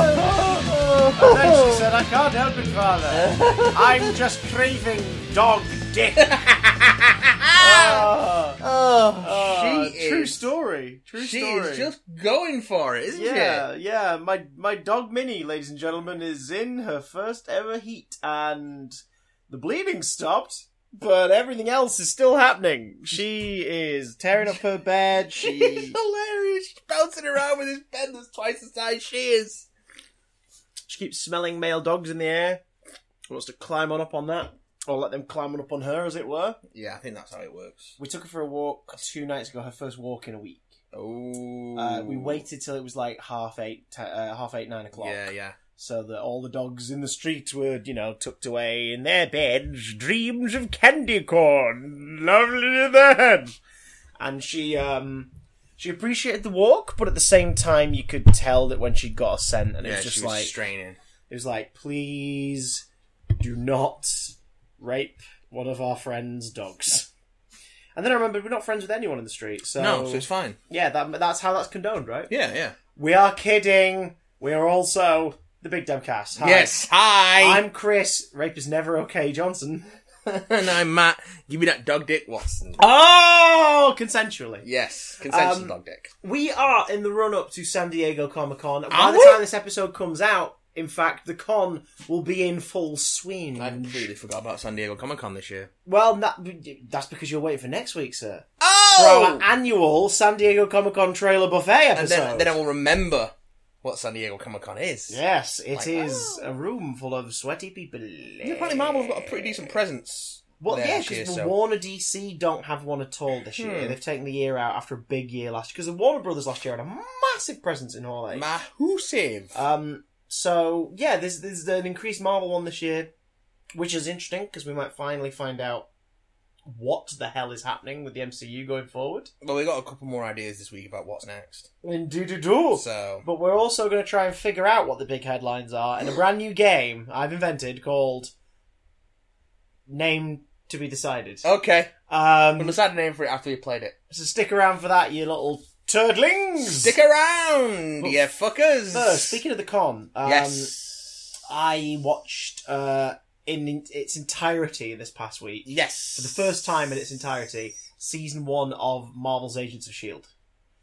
And then she said, I can't help it, Father. I'm just craving dog dick. Oh, Uh, she True is. story. True she story. is just going for it, isn't yeah, she? yeah. My my dog Minnie, ladies and gentlemen, is in her first ever heat, and the bleeding stopped, but everything else is still happening. She is tearing up her bed. She's She hilarious. She's bouncing around with this pen that's twice the size she is. she keeps smelling male dogs in the air. Wants to climb on up on that, or let them climb on up on her, as it were. Yeah, I think that's how it works. We took her for a walk two nights ago. Her first walk in a week. Oh, Uh, we waited till it was like half eight, t- uh, half eight, nine o'clock. Yeah, yeah. so that all the dogs in the street were, you know, tucked away in their beds, dreams of candy corn, lovely in their head. And she, um, she appreciated the walk, but at the same time, you could tell that when she got a scent, and it yeah, was just she was like, straining. it was like, please do not rape one of our friends' dogs. And then I remembered we're not friends with anyone in the street, so, no, so it's fine. yeah, that, that's how that's condoned, right? Yeah, yeah. We are kidding. We are also the Big Dumb Cast. Hi. Yes, hi. I'm Chris. Rape is never okay, Johnson. and I'm Matt. Give me that dog dick, Watson. Oh, consensually. Yes, consensual Um, dog dick. We are in the run up to San Diego Comic Con. By Are the we? time this episode comes out, in fact, the con will be in full swing. I completely forgot about San Diego Comic Con this year. Well, that, that's because you're waiting for next week, sir. Oh, For our annual San Diego Comic Con trailer buffet and episode. then, then I will remember what San Diego Comic Con is. Yes, it is Like, a room full of sweaty people. Yeah, Apparently, Marvel's got a pretty decent presence. Well, there yeah, this year, because so- Warner DC don't have one at all this year. Hmm. They've taken the year out after a big year last year. Because the Warner Brothers last year had a massive presence in Hall A. Mahusev. um, so, yeah, there's, there's an increased Marvel one this year, which is interesting because we might finally find out what the hell is happening with the MCU going forward. well, we got a couple more ideas this week about what's next. Indeed, do do. So, But we're also going to try and figure out what the big headlines are in a brand new game I've invented called Name to be Decided. okay. Um, We'll decide a name for it after we played it. So stick around for that, you little turdlings. Stick around, But you fuckers. First, speaking of the con, um, yes. I watched uh, in, in its entirety this past week Yes. for the first time in its entirety season one of Marvel's Agents of Shield. E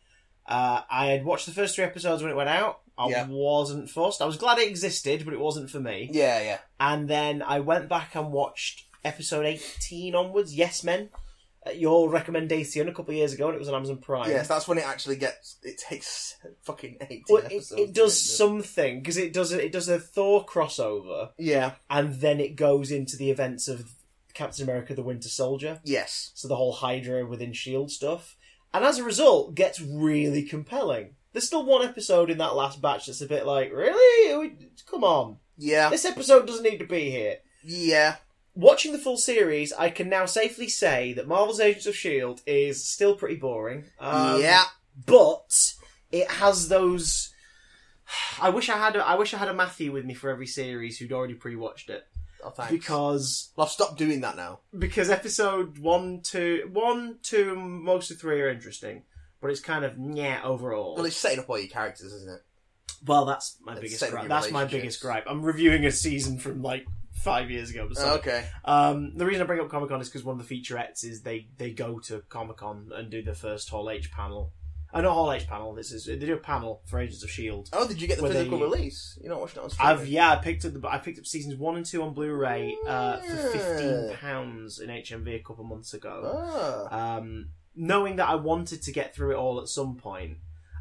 Uh, I had watched the first three episodes when it went out. I Yeah. wasn't fussed. I was glad it existed, but it wasn't for me. Yeah, yeah. And then I went back and watched episode 18 onwards, Yes Men, at your recommendation a couple of years ago, and it was on Amazon Prime. Yes, that's when it actually gets. It takes fucking eighteen Well, it, episodes. it to do does something because it does a, it does a Thor crossover Yeah. and then it goes into the events of Captain America: The Winter Soldier, Yes. so the whole Hydra within Shield E stuff, and as a result, gets really compelling. There's still one episode in that last batch that's a bit like, really, We- come on, Yeah. this episode doesn't need to be here. Yeah. Watching the full series, I can now safely say that Marvel's Agents of Shield E is still pretty boring. Um, yeah. but it has those. I wish I had. A, I wish I had a Matthew with me for every series who'd already pre-watched it Oh, thanks. because I've stopped doing that now. because episode one, two, one, two, and most of three are interesting, but it's kind of yeah overall. Well, it's setting up all your characters, isn't it? Well, that's my It's biggest. setting Gripe. your That's my biggest relationships. gripe. I'm reviewing a season from like five years ago. Oh, Or something. okay. Um, the reason I bring up Comic Con is because one of the featurettes is they, they go to Comic Con and do the first Hall H panel. Uh, not Hall H panel. This is they do a panel for Agents of Shield. Oh, did you get the Were they- physical release? You're not watching it on streaming. E I've yeah, I picked up the I picked up seasons one and two on Blu-ray uh, for fifteen Yeah. pounds in HMV a couple months ago. Ah. Um, knowing that I wanted to get through it all at some point,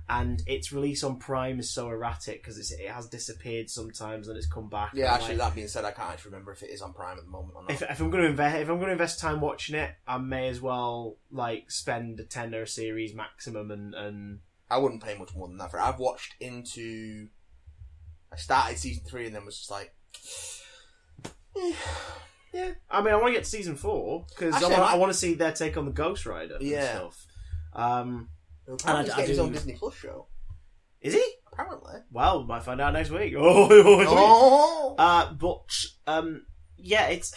and its release on Prime is so erratic because it has disappeared sometimes and it's come back. Yeah, I'm actually, like, that being said, I can't actually remember if it is on Prime at the moment or not. if, if I'm going to invest if I'm going to invest time watching it, I may as well like spend a tenner a series maximum and and I wouldn't pay much more than that for it. I've watched into. I started season three and then was just like. eh. yeah. I mean, I want to get to season four because I Actually, I want might- I want to see their take on the Ghost Rider. and Yeah. stuff. Um, Apparently, he's I getting his do- own Disney Plus show. is he? Apparently. Well, we might find out next week. Oh, oh, oh. Oh! Uh, but um, yeah, it's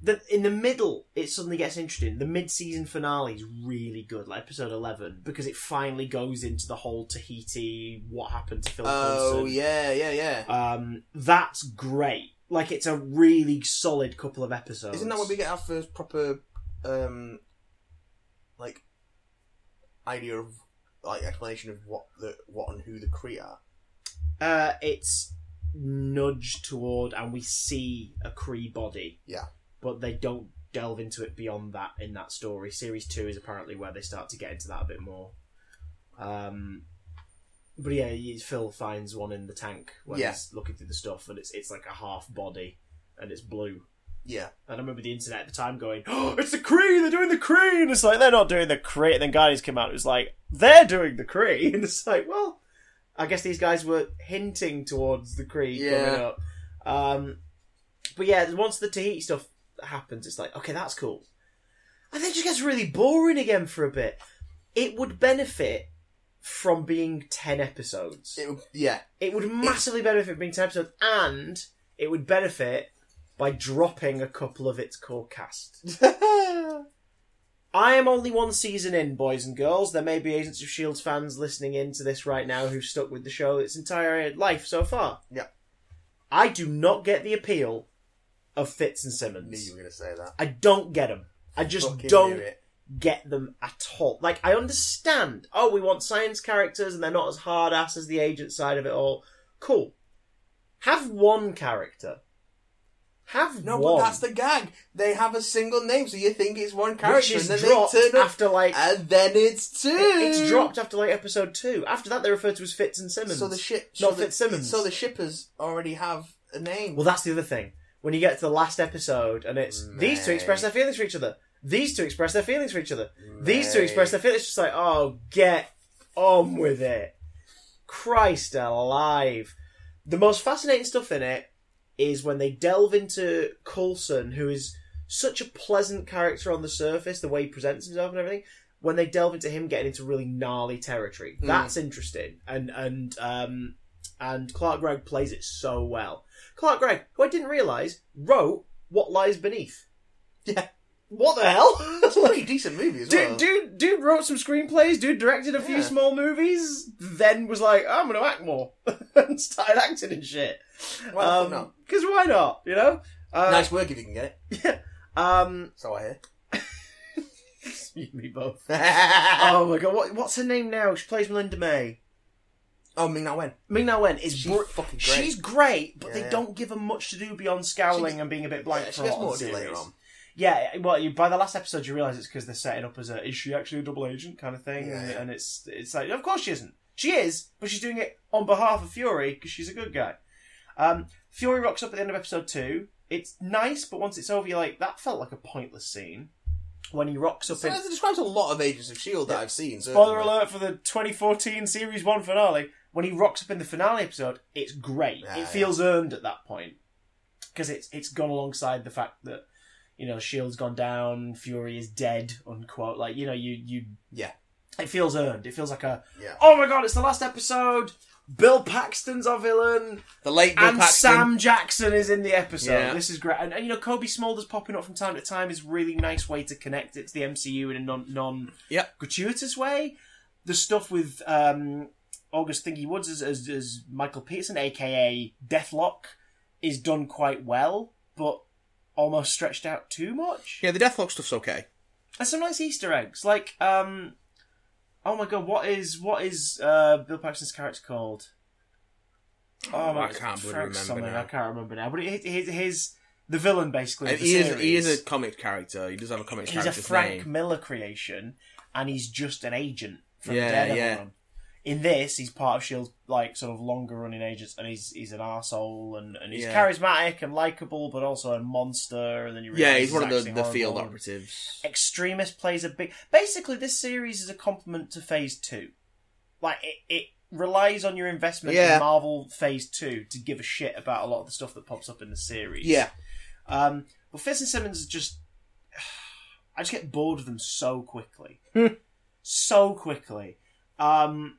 the in the middle. It suddenly gets interesting. The mid-season finale is really good, like episode eleven, because it finally goes into the whole Tahiti, what happened to Phil oh, Coulson. yeah, yeah, yeah. Um, that's great. Like it's a really solid couple of episodes. Isn't that when we get our first proper, um, like, idea of, like, explanation of what the, what and who the Cree are? Uh, it's nudged toward, and we see a Cree body. Yeah. But they don't delve into it beyond that in that story. Series two is apparently where they start to get into that a bit more. Um, but yeah, you- Phil finds one in the tank when Yeah. he's looking through the stuff, and it's it's like a half body, and it's blue. Yeah. And I remember the internet at the time going, oh, "It's the Cree! They're doing the Cree!" And it's like they're not doing the Cree. And then Guardians came out. It was like they're doing the Cree, and it's like, well, I guess these guys were hinting towards the Cree coming Yeah. up. Um, but yeah, once the Tahiti stuff happens, it's like, okay, that's cool. And then it just gets really boring again for a bit. It would benefit from being ten episodes. It, would- yeah. It would massively benefit from being 10 episodes, and it would benefit by dropping a couple of its core cast. I am only one season in, boys and girls. There may be Agents of S.H.I.E.L.D. E fans listening in to this right now who've stuck with the show its entire life so far. Yeah. I do not get the appeal of Fitz and I knew Simmons. you were going to say that. I don't get them. I just Fucking don't knew it. get them at all. Like, I understand, oh, we want science characters and they're not as hard ass as the agent side of it all. Cool. Have one character. Have No, one. but that's the gag. They have a single name, so you think it's one character, which is and then dropped they turn up, after like and then it's two. it's dropped after like episode two. After that, they're referred to as Fitz and Simmons. So the ship, Not so the, Fitzsimmons. So the shippers already have a name. Well, that's the other thing. When you get to the last episode, and it's these two Mate. express their feelings for each other. These two express their feelings for each other. These two Mate. express their feelings. It's just like, oh, get on with it. Christ alive. The most fascinating stuff in it is when they delve into Coulson, who is such a pleasant character on the surface, the way he presents himself and everything. When they delve into him getting into really gnarly territory, Mm. that's interesting. And and um, and Clark Gregg plays it so well. Clark Gregg, who I didn't realise, wrote What Lies Beneath. Yeah. What the hell? That's a pretty decent movie as well. Dude, dude, dude wrote some screenplays. Dude directed a few Yeah. small movies. Then was like, I'm going to act more, and started acting and shit. Why the fuck not? Because why not? You know. um, Uh, nice work if you can get it. Um, So I hear. you and me both. oh, Oh my god, what, what's her name now? She plays Melinda May. Oh, Ming Na Wen. Ming Na Wen is She's br- fucking great. she's great, but they Yeah. don't give her much to do beyond scowling and being a bit blank. Yeah, she for a gets lot more of to the do later series. on. Yeah, well, you, by the last episode, you realise it's because they're setting up as a is she actually a double agent kind of thing, and, Yeah. and it's it's like of course she isn't. She is, but she's doing it on behalf of Fury because she's a good guy. Um, Fury rocks up at the end of episode two. It's nice, but once it's over, you're like that felt like a pointless scene when he rocks up So in. it describes a lot of Agents of Shield E that Yeah. I've seen. So Spoiler alert for the 2014 series one finale. When he rocks up in the finale episode, it's great. Ah, it yeah. feels earned at that point because it's it's gone alongside the fact that you know Shield's E gone down, Fury is dead, unquote. Like you know you you Yeah. it feels earned. It feels like a Yeah. oh my god, it's the last episode. Bill Paxton's our villain, The late Bill and Paxton. Sam Jackson is in the episode. Yeah. This is great, and, and you know Kobe Smulders popping up from time to time is a really nice way to connect it to the MCU in a non non Yeah. gratuitous way. The stuff with um, August Thingy Woods as, as, as Michael Peterson, aka Deathlock, is done quite well, but almost stretched out too much. Yeah, the Deathlock stuff's okay. There's some nice Easter eggs, like um, oh my god, what is what is uh, Bill Paxton's character called? Oh, I God, can't bloody Frank remember something, now. I can't remember now, but it, his, his the villain basically. And of the he is he series. is a comic character. He does have a comic he's a character's Frank name. Miller creation, and he's just an agent from Yeah, Daredevil. yeah. run. In this, he's part of Shield's E like sort of longer running agents, and he's he's an arsehole and, and he's Yeah. charismatic and likable, but also a monster. And then you Yeah, realise he's one of the, acting the field horrible. operatives. Extremist plays a big. Basically, this series is a compliment to Phase Two. Like it, it relies on your investment Yeah. in Marvel Phase Two to give a shit about a lot of the stuff that pops up in the series. Yeah. Um, but Fitz and Simmons is just. I just get bored of them so quickly. so quickly. Um,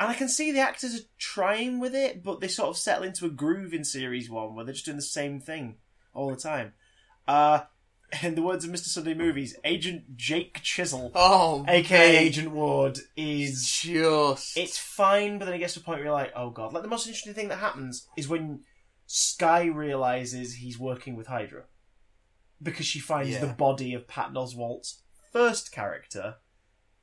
And I can see the actors are trying with it, but they sort of settle into a groove in series one where they're just doing the same thing all the time. Uh, in the words of Mr. Sunday Movies, Agent Jake Chisel, Oh, aka mate, Agent Ward, is just it's fine, but then it gets to a point where you're like, oh god. Like the most interesting thing that happens is when Sky realizes he's working with Hydra because she finds Yeah. the body of Pat Oswalt's first character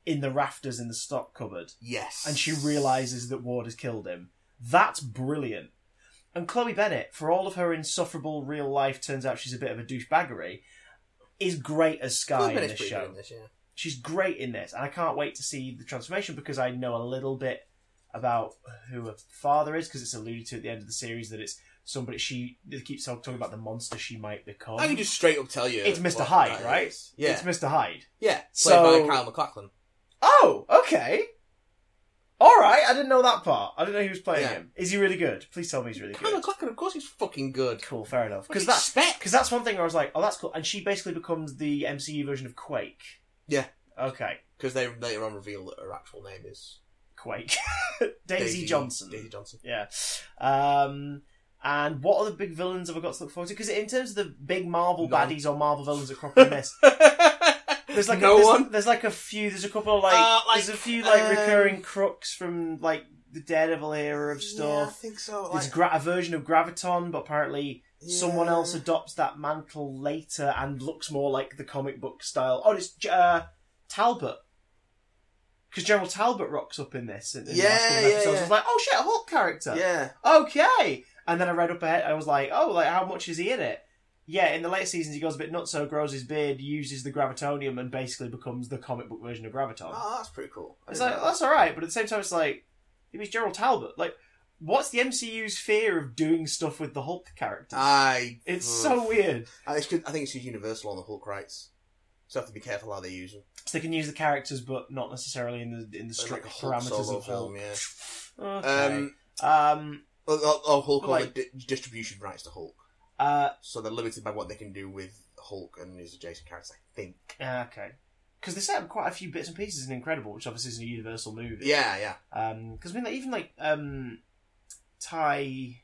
in the rafters in the stock cupboard, yes, and she realizes that Ward has killed him. That's brilliant. And Chloe Bennett, for all of her insufferable real life, turns out she's a bit of a douchebaggery, is great as Sky Chloe in Bennett's this pretty show good in this, yeah. she's great in this, and I can't wait to see the transformation because I know a little bit about who her father is because it's alluded to at the end of the series that it's somebody she they keep so- talking about the monster she might become. I can just straight up tell you. It's Mr. what Hyde, that right? is. Yeah. It's Mr. Hyde. yeah. Played So- by Kyle MacLachlan. Oh, okay. All right, I didn't know that part. I didn't know he was playing Yeah. him. Is he really good? Please tell me he's really Kyle good. MacLachlan, of course, he's fucking good. Cool, fair enough. Because that's that's spec. because that's one thing where I was like, oh, that's cool. And she basically becomes the MCU version of Quake. Yeah. Okay, Because they later on reveal that her actual name is Quake. Daisy, Johnson. Daisy Johnson. Yeah. Um, and what other big villains have I got to look forward to? Because in terms of the big Marvel None. baddies or Marvel villains that crop in this, there's like a, no there's, one. There's like a few. There's a couple of like, Uh, like, there's a few like um, recurring crooks from like the Daredevil era of Yeah, I stuff. think so. There's Like, gra- a version of Graviton, but apparently someone yeah. else adopts that mantle later and looks more like the comic book style. Oh, it's J- uh, Talbot. Because General Talbot rocks up in this. In, in the last Yeah, couple of yeah, episodes. I yeah. was like, oh shit, a Hulk character Yeah. okay. And then I read up ahead, I was like, oh, like how much is he in it? Yeah, in the late seasons he goes a bit nuts, so grows his beard, uses the gravitonium, and basically becomes the comic book version of graviton. Oh, that's pretty cool. I it's didn't like know that's all right, but at the same time, it's like it was Gerald Talbot. Like, what's the MCU's fear of doing stuff with the Hulk that. characters? I. it's so weird. I it's good- I think it's universal on the Hulk rights, so I have to be careful how they use them. So they can use the characters, but not necessarily in the in the They strict make a Hulk parameters solo of Hulk. film, yeah. Okay. Um, Um, oh, oh, oh, Hulk on Like- the di- distribution rights to Hulk, uh, so they're limited by what they can do with Hulk and his adjacent characters. I think. yeah, okay. Because they set up quite a few bits and pieces in Incredible, which obviously is a Universal movie. Yeah, yeah. because I mean, like, even like um, Ty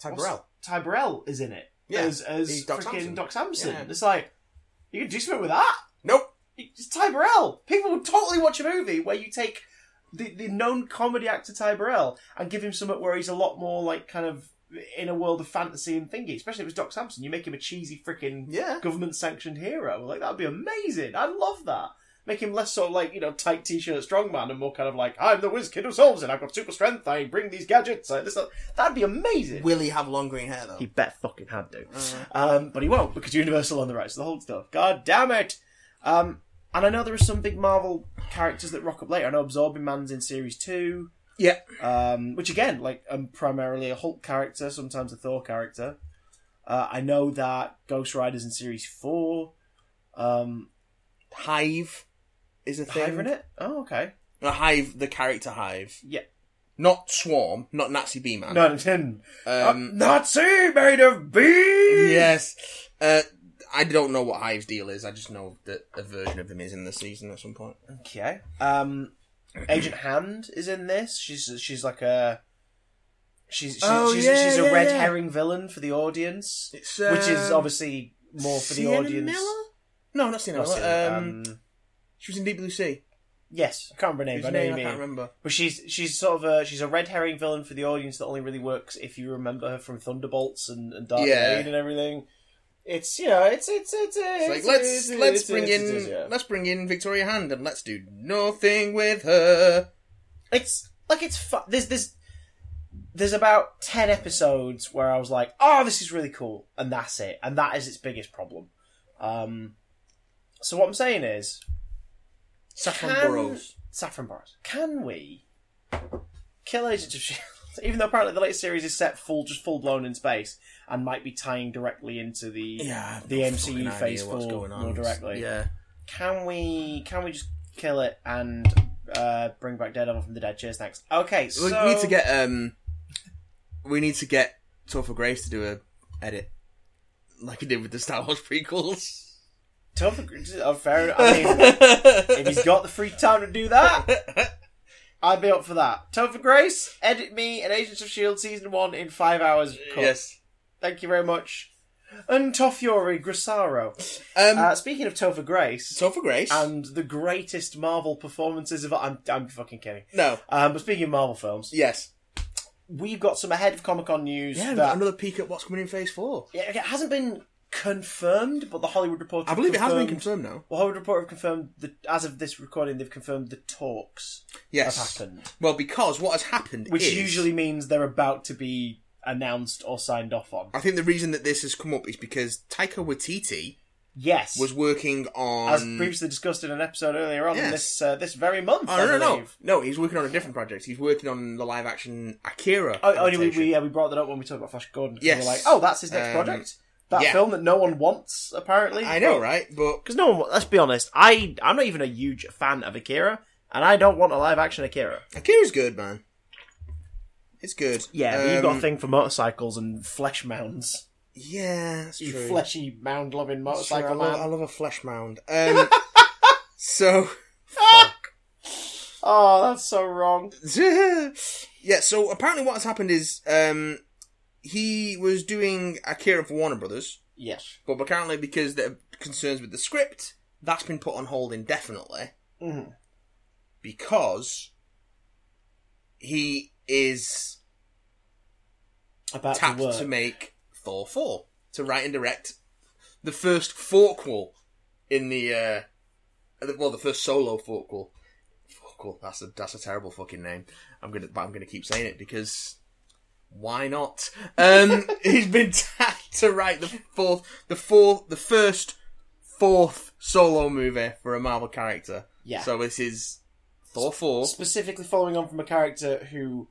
Ty what's- Burrell. Ty Burrell is in it Yeah, as as he's Doc freaking Samson. Doc Samson. Yeah. It's like you could do something with that. Nope. It's Ty Burrell. People would totally watch a movie where you take the, the known comedy actor Ty Burrell and give him something where he's a lot more like kind of in a world of fantasy and thingy. Especially if it was Doc Samson, you make him a cheesy freaking Yeah. government sanctioned hero. Like that'd be amazing. I'd love that. Make him less sort of like you know tight t-shirt strongman and more kind of like I'm the whiz kid who solves it. I've got super strength. I bring these gadgets. I, this, that. That'd be amazing. Will he have long green hair though? He bet fucking had to, Mm. um, but he won't because Universal on the rights to the whole stuff. God damn it! Um, and I know there are some big Marvel characters that rock up later. I know Absorbing Man's in series two, yeah. um, which again, like, um, primarily a Hulk character, sometimes a Thor character. Uh, I know that Ghost Rider's in series four. Um, Hive is a thing. Hive in it? Oh, okay. A hive, the character Hive, Yeah. not Swarm, not Nazi Bee Man. No, him. Uh, Um, Nazi made of bees. Yes. Uh, I don't know what Hive's deal is. I just know that a version of him is in the season at some point. Okay. Um, Agent Hand is in this. She's she's like a she's she's, Oh, she's, yeah, she's a yeah, red yeah. um, herring villain for the audience, It's, which is obviously more for the audience. No, not Sienna Not Miller. Sienna, Um, um, she was in Deep Blue Sea. yes, I can't remember her name. Whose But I know name you I mean. can't remember. But she's she's sort of a she's a red herring villain for the audience that only really works if you remember her from Thunderbolts and, and Dark Yeah. Blade and everything. It's you know it's it's it's, It's like it's- let's it's- it's- it's- let's bring it's- in it's- yeah. let's bring in Victoria Hand and let's do nothing with her. it's like it's fu- there's there's there's about 10 episodes where i was like oh this is really cool and that's it and that is its biggest problem um so what i'm saying is Saffron Can- Burrows. saffron bars can we kill agent of shield E even though apparently the latest series is set full just full blown in space and might be tying directly into the Yeah, I've the no MCU fucking Phase idea what's Four going on. more directly. Yeah, can we can we just kill it and uh, bring back Daredevil from the dead cheers thanks okay so we need to get um, we need to get Topher Grace to do a edit like he did with the Star Wars prequels. Tough. Oh, fair. I mean, if he's got the free time to do that, I'd be up for that. Topher Grace, edit me an Agents of S.H.I.E.L.D. E season one in five hours. Cut. Yes. Thank you very much. And Tofiori Grisaro. Um, Uh, speaking of Topher Grace so for Grace. and the greatest Marvel performances of. I'm, I'm fucking kidding. no. Um, but speaking of Marvel films, Yes. we've got some ahead of Comic Con news Yeah, we've got that another peek at what's coming in Phase Four. Yeah, it hasn't been confirmed, but the Hollywood Reporter. I believe it has been confirmed- confirmed now. The Hollywood Reporter have confirmed that as of this recording, they've confirmed the talks Yes. have happened, Well, because what has happened, which is- usually means they're about to be announced or signed off on. I think the reason that this has come up is because Taika Waititi Yes, was working on. as previously discussed in an episode earlier on Yes. this uh, this very month. Oh, I no, no, no, believe. no! He's working on a different project. He's working on the live-action Akira. Oh, only we adaptation. we, yeah, we brought that up when we talked about Flash Gordon. 'cause We Yes. were like, oh, that's his next Um, project. That yeah. film that no one wants, apparently. I know, right? But Because no one. Let's be honest. I I'm not even a huge fan of Akira, and I don't want a live action Akira. Akira's good, man. It's good. Yeah, but you've got Um, a thing for motorcycles and flesh mounds. Yeah, that's You true. fleshy mound loving That's true. I, motorcycle love, I man. love a flesh mound. Um, so Oh, that's so wrong. yeah, so apparently what has happened is um, he was doing Akira for Warner Brothers, Yes. but apparently because there are concerns with the script, that's been put on hold indefinitely Mhm. because he is About tapped to work. to make Thor 4 to write and direct the first forquel in the uh well the first solo forquel forquel that's a that's a terrible fucking name I'm gonna but I'm gonna keep saying it because why not um he's been tapped to write the fourth the fourth the first fourth solo movie for a Marvel character Yeah. so this is Thor 4 Specifically following on from a character who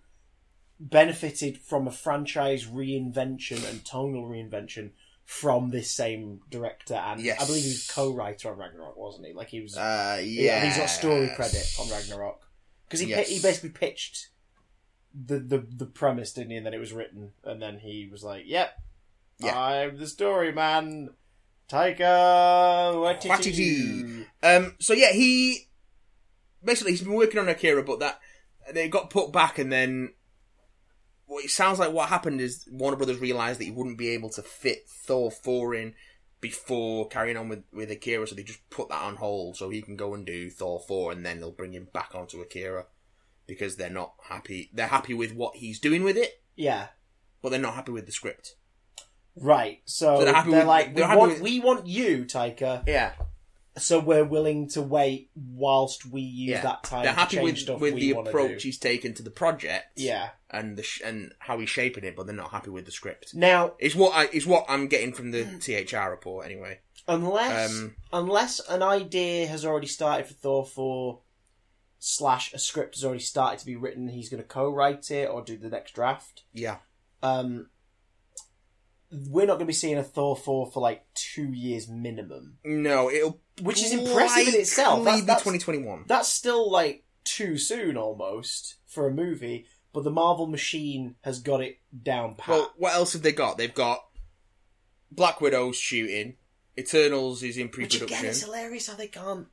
benefited from a franchise reinvention and tonal reinvention from this same director and Yes. I believe he was co-writer on Ragnarok, wasn't he? Like he was. uh Yeah, yeah I think he's got story credit on Ragnarok because he Yes. pi- he basically pitched the, the the premise, didn't he? And then it was written, and then he was like, "Yep, Yeah. I'm the story man, Taika Waititi." Waititi. Um, so yeah, he basically he's been working on Akira, but that they got put back, and then what it sounds like what happened is Warner Brothers realized that he wouldn't be able to fit Thor four in before carrying on with with Akira, so they just put that on hold so he can go and do Thor four, and then they'll bring him back onto Akira because they're not happy. They're happy with what he's doing with it, Yeah, but they're not happy with the script. right. So, So they're they're, happy with- like, they're we, happy want, with- "We want you, Taika," Yeah, so we're willing to wait whilst we use yeah. that time. they're to happy change with stuff with we the wanna approach do. he's taken to the project. Yeah. and the sh- and how he's shaping it, but they're not happy with the script. Now, Is what I is what I'm getting from the Hmm. THR report anyway. Unless Um, unless an idea has already started for Thor four slash a script has already started to be written, he's going to co-write it or do the next draft. Yeah, Um, we're not going to be seeing a Thor four for like two years minimum, no, it'll which is impressive in itself. That's, Leave the that's, 2021. that's still like too soon almost for a movie, but the Marvel machine has got it down pat. Well, what else have they got? They've got Black Widow's shooting. Eternals is in Which again is pre-production. hilarious how they can't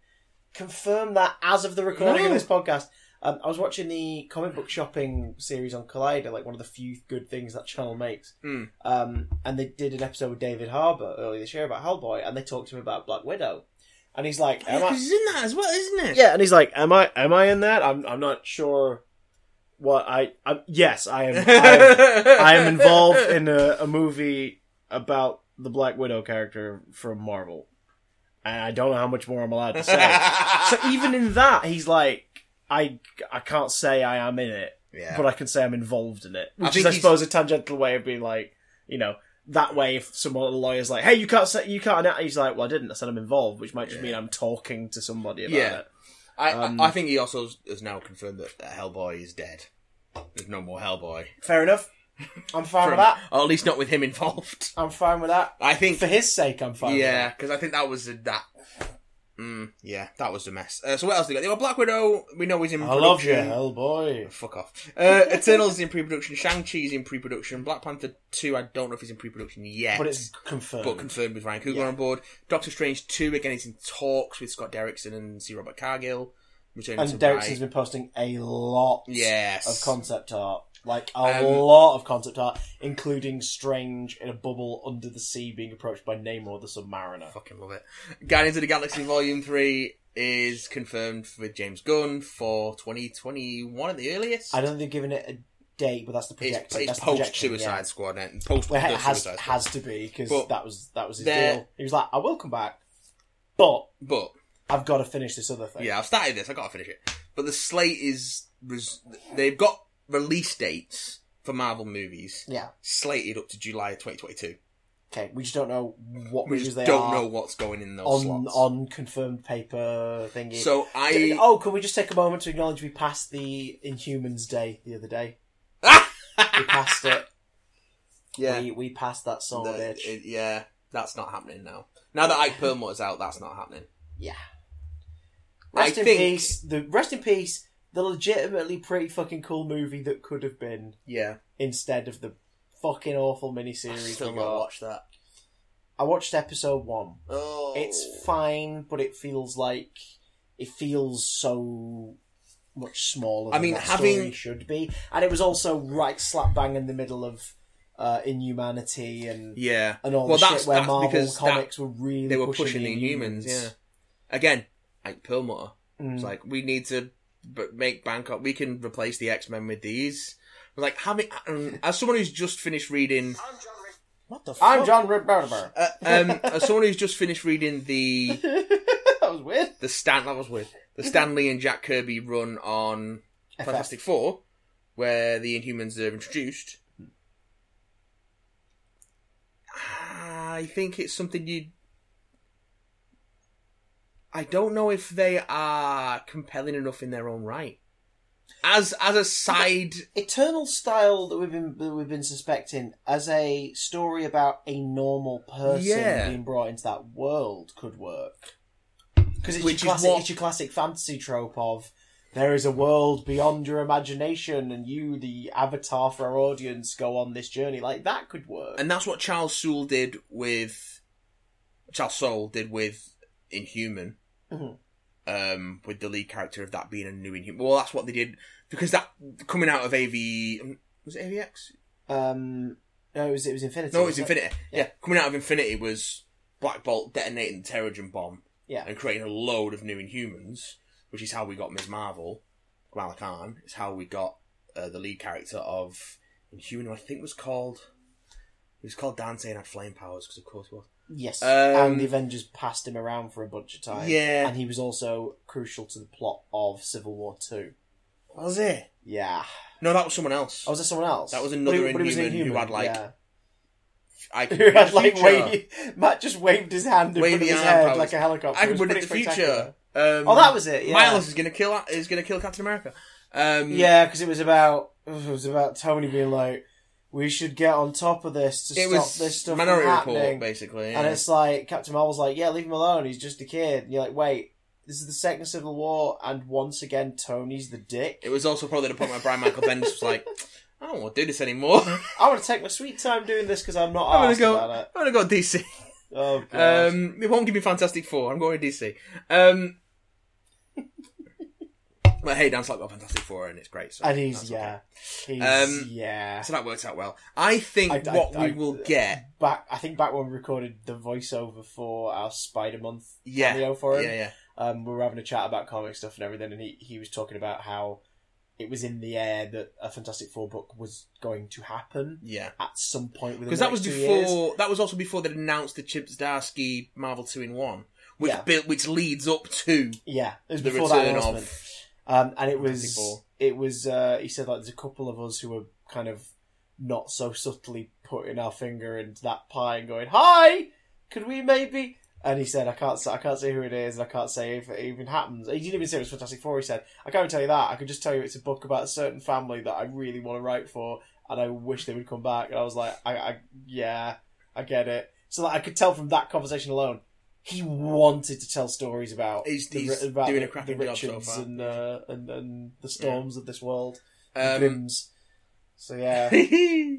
confirm that as of the recording of No. this podcast. Um, I was watching the comic book shopping series on Collider, like one of the few good things that channel makes. Mm. Um, and they did an episode with David Harbour earlier this year about Hellboy, and they talked to him about Black Widow, and he's like, Yeah, am 'cause I... it's in that as well, isn't it? "Yeah," and he's like, "Am I? Am I in that? I'm. I'm not sure." What I? I'm, yes, I am. I am I am involved in a, a movie about the Black Widow character from Marvel. And I don't know how much more I'm allowed to say. so even in that, he's like, I, I can't say I am in it, yeah. but I can say I'm involved in it. I Which is, think I he's- suppose, a tangential way of being like, you know, that way if someone, a lawyer's like, hey, you can't say, you can't, announce-" he's like, well, I didn't, I said I'm involved, which might just Yeah. mean I'm talking to somebody about Yeah. it. I, um, I, I think he also has now confirmed that, that Hellboy is dead. There's no more Hellboy. Fair enough. I'm fine From- with that. Or at least not with him involved. I'm fine with that. I think For his sake, I'm fine with Yeah, that. because I think that was a, that. Mm, yeah, that was a mess. Uh, so what else they got? They got Black Widow. We know he's in. I love you, production. Hellboy. Fuck off. Uh, Eternals is in pre-production. Shang Chi's in pre-production. Black Panther two. I don't know if he's in pre-production yet, But it's confirmed. but confirmed with Ryan Coogler Yeah. on board. Doctor Strange two again. It's in talks with Scott Derrickson and C. Robert Cargill. Returning to And Derrickson's Right. been posting a lot Yes. of concept art. Like a Um, lot of concept art, including Strange in a bubble under the sea being approached by Namor the Submariner. Fucking love it. Guardians of the Galaxy Volume 3 is confirmed with James Gunn for 2021 at the earliest. I don't think they're giving it a date, but that's the projection. It's, it's that's the post projection, yeah. Suicide Squad, and post Well, it the has Suicide Squad. has to be because But that was that was his there- deal. He was like, "I will come back, but But I've got to finish this other thing." yeah, I've started this. I gotta finish it. But the slate is res- they've got release dates for Marvel movies yeah. slated up to July 2022. Okay, we just don't know what We movies just they don't are know what's going in those on slots. on confirmed paper thingy. so D- I oh, can we just take a moment to acknowledge we passed the Inhumans Day the other day? we passed it. yeah We, we passed that song, the- bitch. it- yeah that's not happening now. Now that Ike Perlmutter's out, that's not happening. yeah. I Rest in think- peace. The rest in peace. The legitimately pretty fucking cool movie that could have been. Yeah, instead of the fucking awful I miniseries. still we not got. watched that. I watched episode one. Oh, It's fine, but it feels like it feels so much smaller. I than mean, that having- story should be, and it was also right slap bang in the middle of uh, inhumanity and yeah. and all well, the that's, shit where that's Marvel because that- comics were really they were pushing, pushing, the the Inhumans. humans. Yeah. Again, Ike Perlmutter. Mm. It's like we need to b- make Bangkok. We can replace the X Men with these. Like having um, as someone who's just finished reading, what the? Fuck? I'm John Rick Barber. uh, um, as someone who's just finished reading the that was weird. the Stan that was weird. The Stanley and Jack Kirby run on Fantastic Four, where the Inhumans are introduced. I think it's something you. I don't know if they are compelling enough in their own right. As as a side, Eternal style that we've been that we've been suspecting as a story about a normal person Yeah. being brought into that world could work because it's, your Which is classic what- it's your classic fantasy trope of there is a world beyond your imagination and you the avatar for our audience go on this journey like that could work and that's what Charles Soule did with Charles Soule did with Inhuman, Mhm. um, with the lead character of that being a new Inhuman. Well, that's what they did because that coming out of AV was it AVX? um no it was it was infinity No, it was wasn't Infinity. Yeah. coming out of Infinity was Black Bolt detonating the Terrigen bomb Yeah. and creating a load of new Inhumans, which is how we got Ms. Marvel, Kamala Khan. It's how we got uh, the lead character of Inhuman, who I think was called. He was called Dante and had flame powers because, of course, he was. yes Um, and the avengers passed him around for a bunch of times Yeah. and he was also crucial to the plot of civil war 2 Was it? yeah No, that was someone else. Oh, was there someone else? That was But another it- but it was an Inhuman who had, like, I who can had like wait. wavy. Matt just waved his hand in Wavy front of his arm head powers. like a helicopter. I can was predict the pretty future. spectacular. Um, Oh, that was it. Yeah, Miles is gonna kill. Is gonna kill Captain America. Um, yeah, because it was about it was about Tony being like, "We should get on top of this to It stop was this stuff Minority from happening." Report, basically. And yeah. it's like Captain Marvel's like, "Yeah, leave him alone. He's just a kid." And you're like, "Wait, this is the second Civil War, and once again, Tony's the dick." It was also probably the point where Brian Michael Bendis was like, I don't want to do this anymore. I want to take my sweet time doing this because I'm not I'm gonna asked go. about it. I'm gonna go DC. Oh god. Um, they won't give me Fantastic Four. I'm going to DC. Um, but hey, Dan's like got Fantastic Four, and it's great. So and he's that's yeah, he's Um, yeah. okay. So that works out well. I think I- I- what I- we will get. back I think back when we recorded the voiceover for our Spider Month Yeah. cameo for Yeah, him, yeah. um, we were having a chat about comic stuff and everything, and he, he was talking about how it was in the air that a Fantastic Four book was going to happen Yeah. at some point within Because the that was next two before. years. That was also before they announced the Chip Zdarsky Marvel Two in One, which Yeah. built, which leads up to Yeah, it was the before that return announcement. of. Um, and it Fantastic was Four. it was uh, he said like there's a couple of us who were kind of not so subtly putting our finger into that pie and going, "Hi, could we maybe?" And he said, "I can't say I can't say who it is, and I can't say if it even happens." He didn't even say it was Fantastic Four. He said, "I can't even tell you that. I can just tell you it's a book about a certain family that I really want to write for, and I wish they would come back." And I was like, "I, I yeah, I get it." So like, I could tell from that conversation alone. He wanted to tell stories about He's- the he's ri- about doing the- a cracking the job so Richards far. and, uh, and and the storms of this world, the Um, Grimms. So yeah,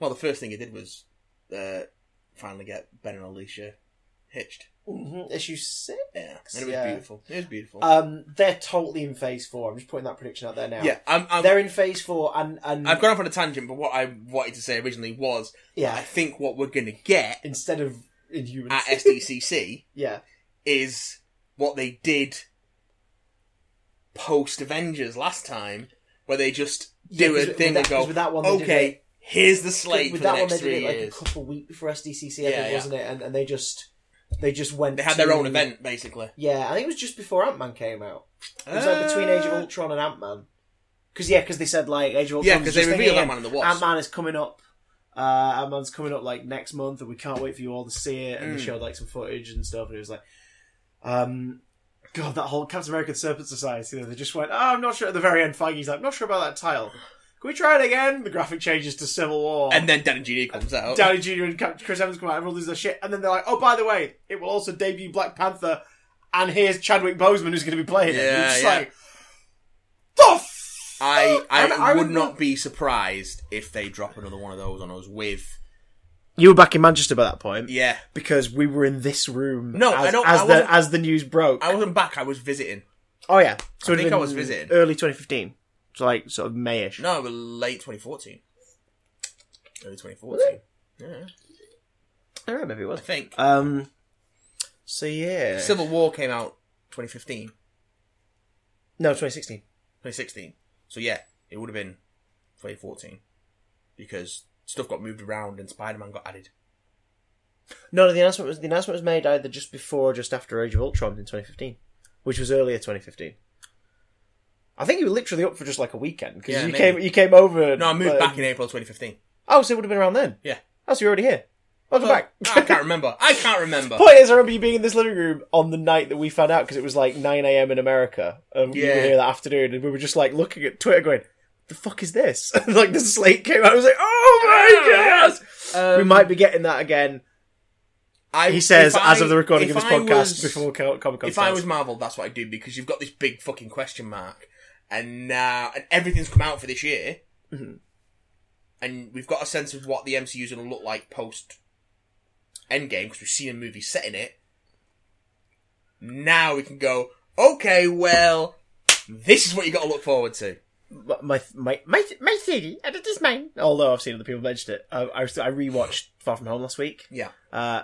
well, the first thing he did was uh, finally get Ben and Alicia hitched. Mhm, issue six. Yeah, and it was yeah. beautiful. It was beautiful. Um, they're totally in phase four. I'm just putting that prediction out there now. yeah, I'm, I'm, they're in phase four, and and I've gone off on a tangent, but what I wanted to say originally was, I yeah, think what we're going to get instead of Inhumans, at SDCC yeah, is what they did post Avengers last time, where they just Yeah, do 'cause a with- thing with and that- go, 'cause with that one they did it- okay, here's the slate for with the that one next they three did it like a years. couple week before SDCC, I Yeah, think, yeah. wasn't it? And and they just they just went. They had their to- own event, basically. Yeah, I think it was just before Ant Man came out. It was like between Uh, Age of Ultron and Ant Man. Because yeah, because they said like Age of Ultron. Yeah, 'cause they revealed Ant-Man and the Wasp. Ant Man is coming up. Uh, Ant Man's coming up like next month, and we can't wait for you all to see it. Hmm. And they showed like some footage and stuff, and it was like, um, God, that whole Captain America Serpent Society. They just went, oh, I'm not sure. At the very end, Feige's like, I'm not sure about that title. Can we try it again? The graphic changes to Civil War. And then Dan and Genie comes out. Downey Jr. and Cap- Chris Evans come out, everyone loses their shit, and then they're like, "Oh, by the way, it will also debut Black Panther, and here's Chadwick Boseman who's going to be playing it." Yeah, You're just yeah. like, the f- I, I, And I would remember- not be surprised if they drop another one of those on us with. you were back in Manchester by that point Yeah. because we were in this room. No, as, I know- as I wasn't- the as the news broke. I wasn't back, I was visiting. oh yeah, so I it'd think I been was visiting. early 2015, so like sort of Mayish. No, it was late 2014. Early 2014. Yeah, I remember maybe it I was. think. Um, so yeah, Civil War came out 2015, no, 2016. 2016. So yeah, it would have been 2014 because stuff got moved around and Spider-Man got added. No, no, the announcement was the announcement was made either just before or just after Age of Ultron in 2015, which was earlier 2015. I think you were literally up for just like a weekend because Yeah, you maybe. came you came over. No, I moved uh, back in April 2015. Oh, so it would have been around then. Yeah. Oh, so you're already here. Welcome Well, ah. back. I can't remember. I can't remember. Point is, I remember you being in this living room on the night that we found out because it was like 9 a.m. in America. Um, You were Yeah. here that afternoon, and we were just like looking at Twitter, going, "The fuck is this?" like the slate came out. I was like, "Oh my Ah, god!" we might be getting that again. I, He says, if as I- of the recording if of this I podcast, was- before Comic Con. If I was Marvel, that's what I'd do because you've got this big fucking question mark, and now and everything's come out for this year, and we've got a sense of what the MCU's going to look like post Endgame because we've seen a movie set in it. Now we can go, okay, well, this is what you got to look forward to. my my my my, my theory, and it is mine. Although I've seen other people mention it, uh, I was- I rewatched Far From Home last week. Yeah, Uh,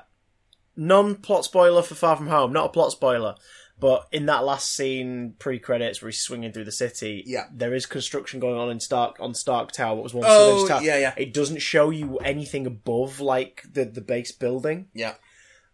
non-plot spoiler for Far From Home, not a plot spoiler, but in that last scene pre-credits where he's swinging through the city, Yeah. there is construction going on in Stark on Stark Tower, what was once Oh, Village Tower. yeah, yeah. It doesn't show you anything above like the the base building, yeah.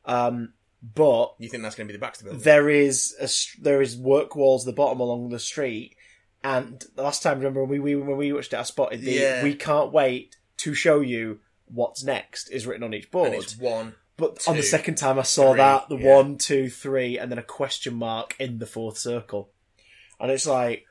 um, but You think that's going to be the Baxter building? there is a s- there is work walls at the bottom along the street, and the last time remember when we, we when we watched it, I spotted the Yeah. we can't wait to show you what's next is written on each and board. it's one. But on the two, second time, I saw three, that the yeah. one, two, three, and then a question mark in the fourth circle, and it's like,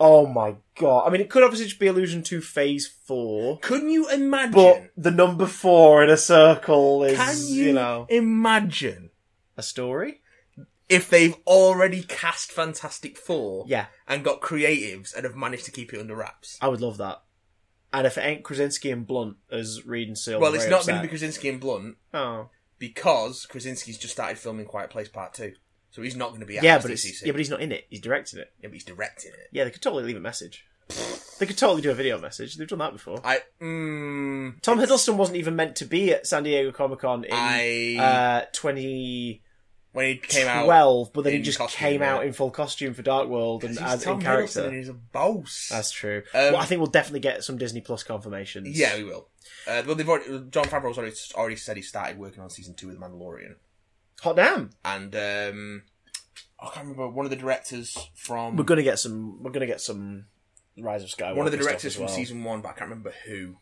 oh my god! I mean, it could obviously just be allusion to phase four, Couldn't you imagine? but the number four in a circle is can you, you know imagine a story. if they've already cast Fantastic Four? Yeah. and got creatives and have managed to keep it under wraps. I would love that. And if it ain't Krasinski and Blunt as Reed and Seal, well, it's not going going to be Krasinski and Blunt Oh, because Krasinski's just started filming Quiet Place Part Two, so he's not going to be at yeah, SDCC. but it's, yeah, but he's not in it. He's directing it. Yeah, but he's directing it. Yeah, they could totally leave a message. they could totally do a video message. They've done that before. I mm, Tom Hiddleston wasn't even meant to be at San Diego Comic Con in I uh, 2012, when he came out, but then he in just costume, came out right? in full costume for Dark World and he's as in Tom character. Hiddleston and he's a boss. That's true. Um, well, I think we'll definitely get some Disney Plus confirmations. yeah, we will. Uh, well, they've already, John Favreau's already, already said he started working on season two of The Mandalorian, hot damn! and um, I can't remember one of the directors from We're gonna get some. We're gonna get some Rise of Skywalker. one of the stuff directors as from well. season one, but I can't remember who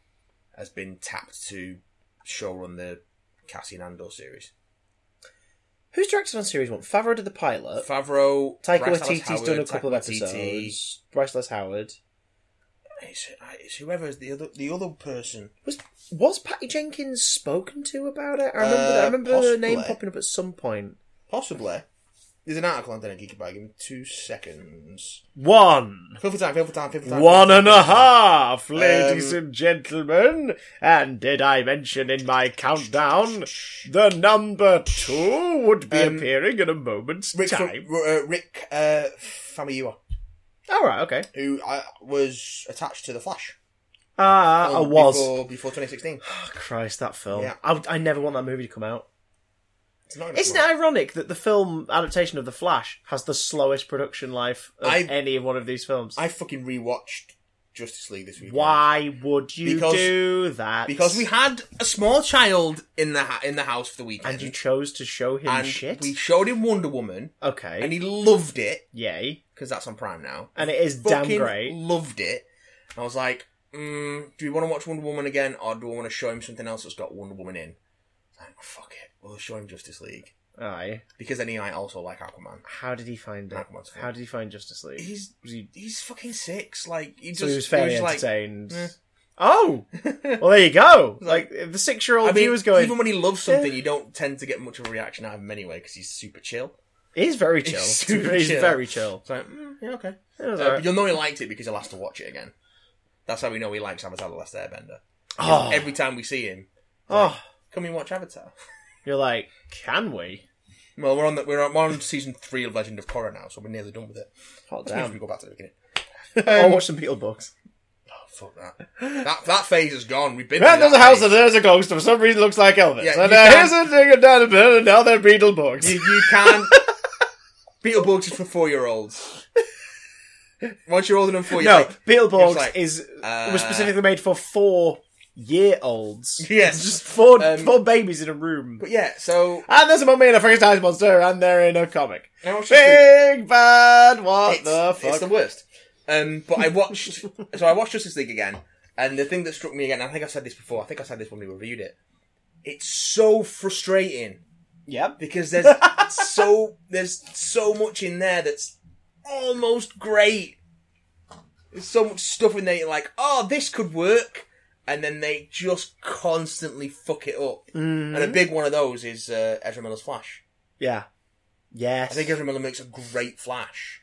has been tapped to showrun the Cassian Andor series. Who's directed on series one? Favreau did the pilot. Favreau, Uh, Taika Bryce Dallas Waititi's Howard, done a couple Taika of Waititi. episodes. Bryce Les Howard It's, uh, it's whoever is the other the other person. was was Patty Jenkins spoken to about it. I remember. I Uh, remember her name possibly. popping up at some point. Possibly. There's an article on Denny Geekabag. Give me two seconds. One, Filthy time, filthy time, filthy time. one and a filthy time. half, ladies and gentlemen. And did I mention in my countdown the number two would be Um, appearing in a moment's Rick, from, time? uh, Rick uh, Famuyiwa, All right, okay. who uh, was attached to The Flash. Ah, I Um, was. Before, before 2016. Oh, Christ, that film. Yeah. I, would- I never want that movie to come out. It's not gonna Isn't it come out. ironic that the film adaptation of The Flash has the slowest production life of I- any one of these films? I fucking rewatched Justice League this week. Why would you Because- do that? Because we had a small child in the ha- in the house for the weekend. and you chose to show him and shit. we showed him Wonder Woman, okay, and he loved it yay, because that's on Prime now. and it is damn Fucking great. loved it. And I was like, mm, do we want to watch Wonder Woman again, or do we want to show him something else that's got Wonder Woman in? I was Like, "Oh, fuck it, we'll show him Justice League Aye. because then he might also like Aquaman. How did he find it? That one's fine. How did he find Justice League? He's was he, he's fucking six. Like he just so he was fairly he was like, eh. entertained. Oh, well, there you go. Like, the six-year-old, I mean, he was going. "Eh." even when he loves something, you don't tend to get much of a reaction out of him anyway because he's super chill. he's very chill. He's He's, super chill. very chill. It's like, mm, yeah, okay. It was Uh, alright. but you'll know he liked it because he'll have to watch it again. That's how we know he likes Avatar: The Last Airbender. Oh, Every time we see him, oh. come and watch Avatar. You're like, can we? Well, we're on the, we're on, we're on season three of Legend of Korra now, so we're nearly done with it. Hot Damn. damn. We go back to the beginning. I'll watch some Beetlebugs. Oh, fuck that. that. That phase is gone. We've been. Right, through there's a house phase. and there's a ghost. and For some reason, it looks like Elvis. Yeah, and you uh, can't- here's a thing and down a bit, and now they're Beetlebugs. You, you can't. Beetleborgs is for four-year-olds. Once you're older than four, you're no, like, Beetleborgs it's like, is uh, was specifically made for four year olds. Yes. just four Um, four babies in a room. But yeah, so And there's a mummy and a Frankenstein's monster, and they're in a comic. I watched this Big bad, what week. it's, the fuck? it's the worst. Um, but I watched, so I watched Justice League again, and the thing that struck me again, I think I said this before. I think I said this when we reviewed it. It's so frustrating Yep. because there's so there's so much in there that's almost great. There's so much stuff in there. You're like, oh, this could work, and then they just constantly fuck it up. And a big one of those is uh, Ezra Miller's Flash. Mm-hmm. Yeah. Yes. I think Ezra Miller makes a great Flash.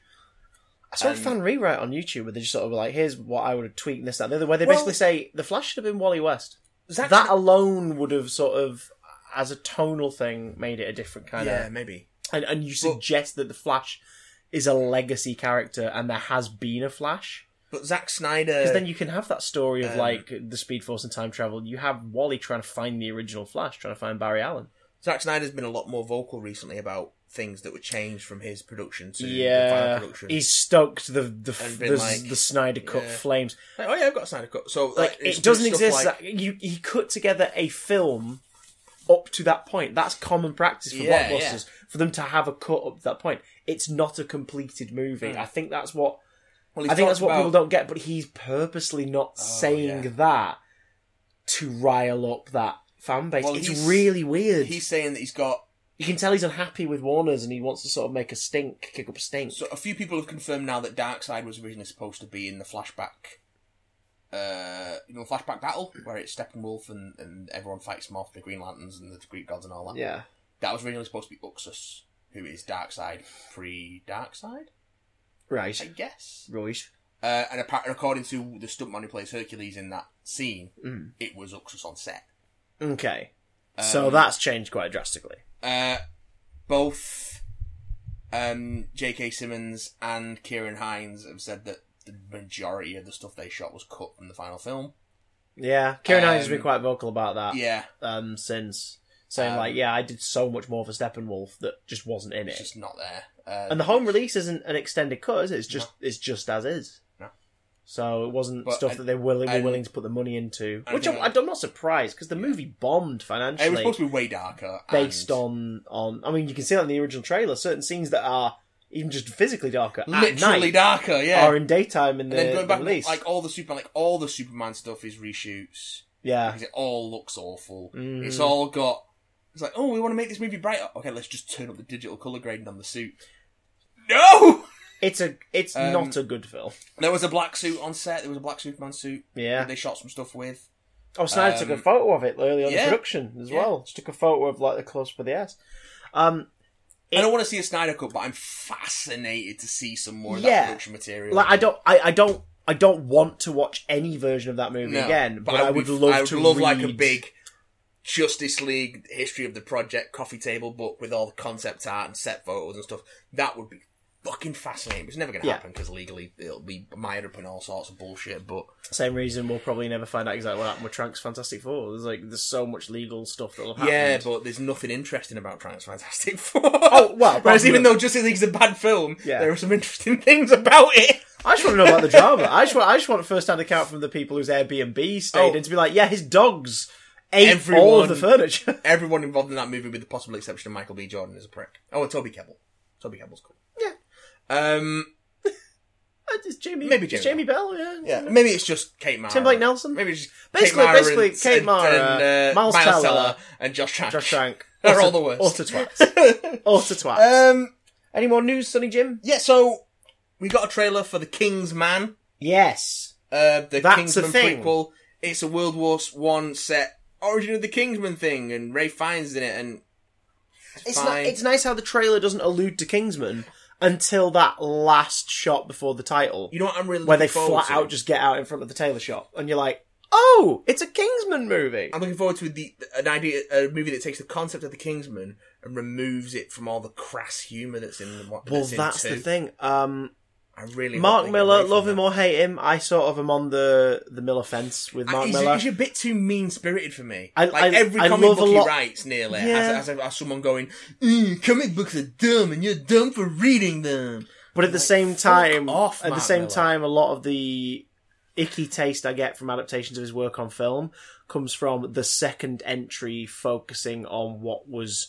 I saw a Um, fan rewrite on YouTube where they just sort of were like, here's what I would have tweaked and this, that, and the other, where they Well- basically say the Flash should have been Wally West. Zack That alone would have sort of, as a tonal thing, made it a different kind yeah, of. maybe. And, and you suggest that the Flash is a legacy character and there has been a Flash. But Zack Snyder. Because then you can have that story of Um, like the Speed Force and time travel. You have Wally trying to find the original Flash, trying to find Barry Allen. Zack Snyder's been a lot more vocal recently about things that were changed from his production to the final yeah, production. he's stoked the the And the, been like- the Snyder Cut yeah. flames. Like, oh yeah, I've got a Snyder cut. So like, Like it's it doesn't stuff exist. like- that- you he cut together a film up to that point. That's common practice for Yeah, blockbusters for them to have a cut up to that point. It's not a completed movie. I think that's what well, I he's think that's Hmm. talked what about- Oh, people don't get, but he's purposely not saying yeah. that to rile up that fan base. Well, it's he's- really weird. He's saying that he's got. You can tell he's unhappy with Warner's and he wants to sort of make a stink, kick up a stink. So a few people have confirmed now that Darkseid was originally supposed to be in the flashback. Uh, you know, flashback battle where it's Steppenwolf and, and everyone fights Moth, the Green Lanterns and the Greek gods and all that. yeah. That was originally supposed to be Uxus, who is Darkseid pre Darkseid, I Right. guess. Right. Uh, and appa- according to the stuntman who plays Hercules in that scene, Mm. it was Uxus on set. Okay. so Um, that's changed quite drastically. Uh, both um, J.K. Simmons and Kieran Hines have said that the majority of the stuff they shot was cut from the final film. Yeah. Kieran Hines has um, been quite vocal about that yeah, um, since saying, Um, like, yeah, I did so much more for Steppenwolf that just wasn't in it. it's just not there. Uh, and the home release isn't an extended cut, is it? It's just, it's just as is. No. So it wasn't But- stuff and- that they were willing, were and- willing to put the money into, and which I I'm, think I'm not surprised because the movie bombed financially. it was supposed to be way darker. based and on on. I mean, you can see that in the original trailer. Certain scenes that are even just physically darker at literally night darker. Yeah, are in daytime in the, and then the going back release. like all the Superman, like all the Superman stuff is reshoots. yeah, because it all looks awful. Mhm. It's all got. It's like, oh, we want to make this movie brighter. Okay, let's just turn up the digital color grading on the suit. No, it's a it's Um, not a good film. there was a black suit on set. There was a black Superman suit. that Yeah. they shot some stuff with. Oh, Snyder took a um, photo of it early on in yeah. production as Yeah. well. Just took a photo of like the close up of the ass. Um, I don't want to see a Snyder cut, but I'm fascinated to see some more of Yeah. that production material. Like I don't, I, I don't, I don't want to watch any version of that movie No, again. But, I would be- love I would to love like a read- big Justice League history of the project coffee table book with all the concept art and set photos and stuff. That would be fucking fascinating. It's never going to Yeah. happen because legally it'll be mired up in all sorts of bullshit. But Same reason we'll probably never find out exactly what happened with Trank's Fantastic Four. There's like there's so much legal stuff that'll happen. yeah, but there's nothing interesting about Trans Fantastic Four. Oh, well, whereas probably- even though Justice League's a bad film, Yeah. there are some interesting things about it. I just want to know about the drama. I just want, I just want a first hand account from the people whose Airbnb stayed Oh. and to be like, yeah, his dogs ate all Everyone- of the furniture. Everyone involved in that movie, with the possible exception of Michael B. Jordan, is a prick. Oh, and Toby Kebbell. Toby Kebbell's cool. Yeah. Um, It's Jamie, Maybe it's Jamie Jamie Bell. Yeah, Yeah, maybe it's just Kate Mara. Tim Blake Nelson? Maybe it's just Basically- Kate Mara basically and, Kate and- Mara, and, uh, Miles Miles, Teller, Teller, and Josh Trank. Josh Trank. They're all Utter- the worst. Utter twats. Utter twats. Um, Any more news, Sonny Jim? yeah. So we got a trailer for The King's Man, Yes. uh, the That's Kingsman a thing. prequel. It's a World War One set origin of the Kingsman thing, and Ray Fiennes in it, and It's, fine. ni- it's nice how the trailer doesn't allude to Kingsman until that last shot before the title, you know what I'm really where they looking forward flat to? out just get out in front of the tailor shop, and you're like, oh, it's a Kingsman movie. I'm looking forward to the an idea a movie that takes the concept of the Kingsman and removes it from all the crass humor that's in the what well, that's, in that's two. the thing. Um, I really hope Mark they get Miller, away from love that. him or hate him, I sort of am on the the Miller fence with Mark he's, Miller. he's a bit too mean spirited for me. I- like I- every I comic love book a he lot- writes, nearly Yeah. as, as, as someone going, "Mm, "Comic books are dumb, and you're dumb for reading them." But at the same time, off, at the Mark same Miller. time, a lot of the icky taste I get from adaptations of his work on film comes from the second entry focusing on what was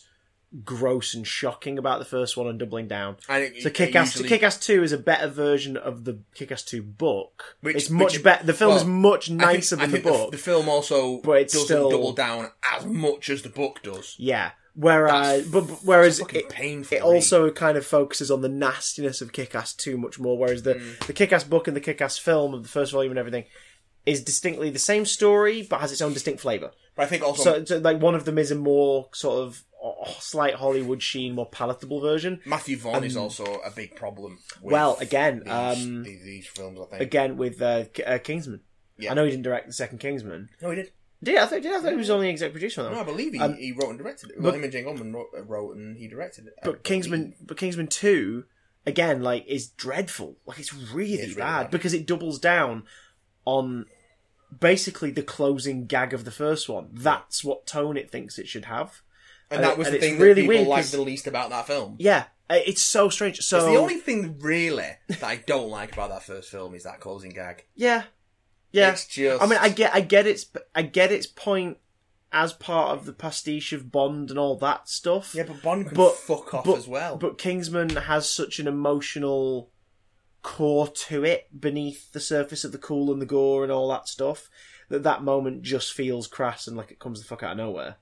gross and shocking about the first one and doubling down. And it, So it Kick Ass usually- Kick Ass Two is a better version of the Kick Ass Two book. Which- it's much which- better. The film is well, much I think- nicer I than think the book. The, film also But it's doesn't still- double down as much as the book does. yeah. Whereas, but, but whereas Fucking it- painful. it also kind of focuses on the nastiness of Kick-Ass too much more, whereas the, Mm. the Kick-Ass book and the Kick-Ass film of the first volume and everything is distinctly the same story, but has its own distinct flavour. But I think also So, so, like, one of them is a more sort of oh, slight Hollywood sheen, more palatable version. Matthew Vaughn is also a big problem. With um, Well, again, these, um, these, these films, I think. Again, with uh, K- uh, Kingsman. Yeah. I know he didn't direct the second Kingsman. no, he did. Did he? I thought, did he? I thought he was only exec producer on that No, I one. believe he, Um, he wrote and directed it. Well, him and Jane Goldman wrote, wrote and he directed it. I But Kingsman, but Kingsman Two, again, like is dreadful. Like it's really, really bad, bad. because it doubles down on basically the closing gag of the first one. That's what tone it thinks it should have. and that was uh, and the it's thing really that people weird liked 'cause- the least about that film. Yeah, uh, it's so strange. So It's the only thing really that I don't like about that first film is that closing gag. yeah, yeah. It's just I mean, I get, I get its, I get its point as part of the pastiche of Bond and all that stuff. yeah, but Bond can but- fuck off as well. But Kingsman has such an emotional core to it beneath the surface of the cool and the gore and all that stuff that that moment just feels crass and like it comes the fuck out of nowhere.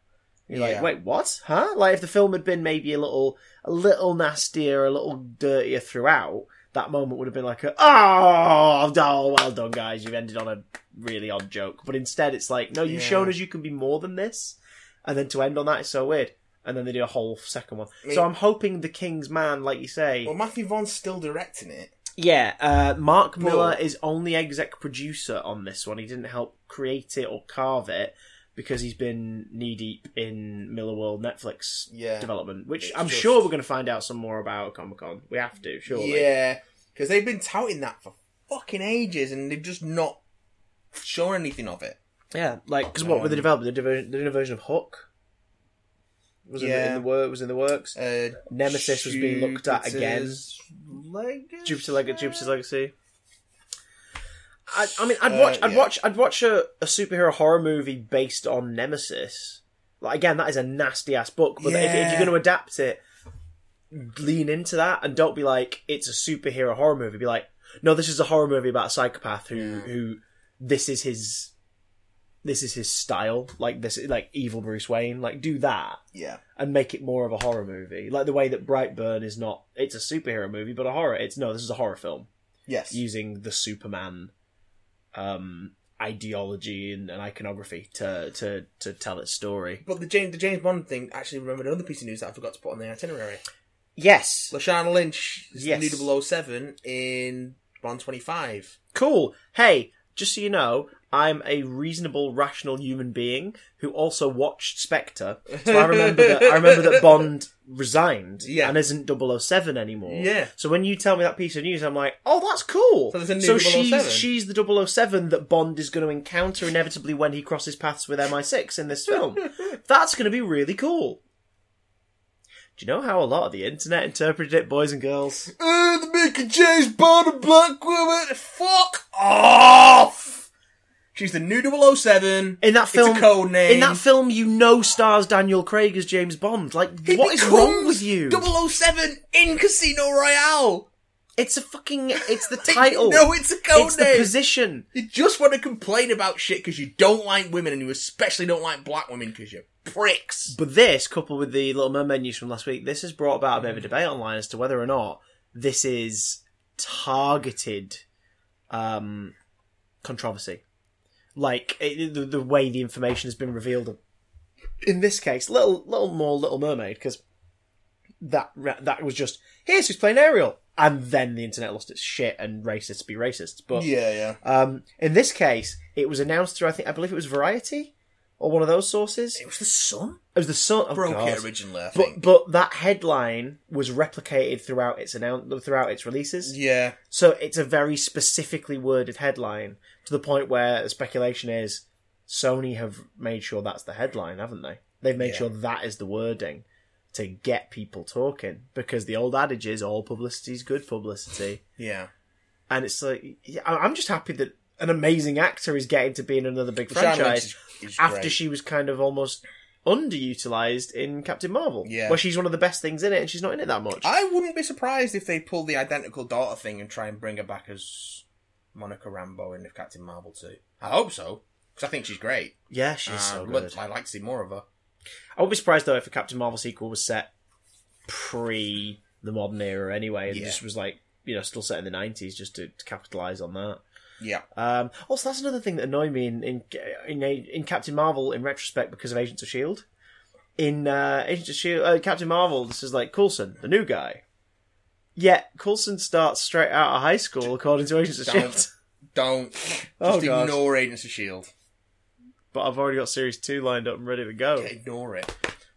You're like, Yeah. wait, what? Huh? Like if the film had been maybe a little, a little nastier, a little dirtier throughout, that moment would have been like, a, oh, oh, well done, guys, you've ended on a really odd joke. But instead, it's like, no, you've Yeah. shown us you can be more than this, and then to end on that is so weird. And then they do a whole second one. I mean- so I'm hoping the King's Man, like you say, well, Matthew Vaughn's still directing it. yeah, uh, Mark But- Miller is only exec producer on this one. He didn't help create it or carve it because he's been knee deep in Miller World Netflix Yeah. development, which It's I'm just- sure we're going to find out some more about at Comic Con. We have to, surely. Yeah, because they've been touting that for fucking ages, and they've just not shown anything of it. Yeah, like because what were they Um, developing? They developed- they did a version of Hook. Was in, the, Yeah. in the wor- was in the works. Uh, Nemesis was being looked at again. Jupiter's Legacy? Jupiter Leg- Jupiter's Legacy. I, I mean, I'd Uh, watch, I'd yeah. watch, I'd watch a, a superhero horror movie based on Nemesis. Like again, that is a nasty ass book, but if, if Yeah. you're going to adapt it, lean into that and don't be like it's a superhero horror movie. Be like, no, this is a horror movie about a psychopath who who this is his this is his style. Like this, like evil Bruce Wayne. Like do that Yeah, and make it more of a horror movie, like the way that Brightburn is not. It's a superhero movie, but a horror. It's no, this is a horror film yes, using the Superman um, ideology and, and iconography to, to to tell its story. But the James, the James Bond thing, I actually remembered another piece of news that I forgot to put on the itinerary. Yes. Lashana Lynch is Yes. the new 007 in 125. Cool. Hey, just so you know, I'm a reasonable, rational human being who also watched Spectre. So I remember that I remember that Bond resigned Yeah. and isn't 007 anymore. Yeah. So when you tell me that piece of news, I'm like, oh, that's cool. So there's a new she's 007. she's the 007 that Bond is going to encounter inevitably when he crosses paths with MI6 in this film. that's going to be really cool. Do you know how a lot of the internet interpreted it, boys and girls? Uh, the making James Bond a black woman. Fuck off! She's the new 007. In that film, it's a code name. in that film, you know stars Daniel Craig as James Bond. Like, He what is becomes wrong with you? 007 in Casino Royale. It's a fucking. It's the title. No, it's a code it's the name. position. you just want to complain about shit because you don't like women, and you especially don't like black women because you're pricks. But this, coupled with the Little Mermaid news from last week, this has brought about a Mm. bit of a debate online as to whether or not this is targeted um, controversy. Like it, the, the way the information has been revealed. In this case, little little more Little Mermaid because that ra- that was just here's who's playing Ariel, and then the internet lost its shit and racists be racists. But yeah. um, in this case, it was announced through I think I believe it was Variety or one of those sources. It was the sun It was the Sun. Oh, broke God. it originally. I But think. but that headline was replicated throughout its announce throughout its releases. yeah, So it's a very specifically worded headline to the point where the speculation is Sony have made sure that's the headline, haven't they? They've made Yeah. sure that is the wording to get people talking because the old adage is all publicity is good publicity, yeah. and it's like yeah, I- I'm just happy that an amazing actor is getting to be in another big Sharon Lynch franchise is- is after great. she was kind of almost underutilized in Captain Marvel. Yeah. Ah. Where she's one of the best things in it and she's not in it that much. I wouldn't be surprised if they pull the identical daughter thing and try and bring her back as Monica Rambo in Captain Marvel 2. I hope so, because I think she's great. yeah, she's so Um, good. I'd like to see more of her. I would be surprised though if a Captain Marvel sequel was set pre the modern era anyway and Yeah. just was like, you know, still set in the 90s just to, to capitalize on that. Yeah. Um, also, that's another thing that annoyed me in in in, in Captain Marvel in retrospect because of Agents of Shield. E In uh, Agents of Shield, uh, Captain Marvel, this is like Coulson, the new guy. Yet Coulson starts straight out of high school, according to Agents of Don't. Shield. Don't. Just Oh, God. Oh. ignore Agents of S.H.I.E.L.D. But I've already got Series Two lined up and ready to go. Ignore it.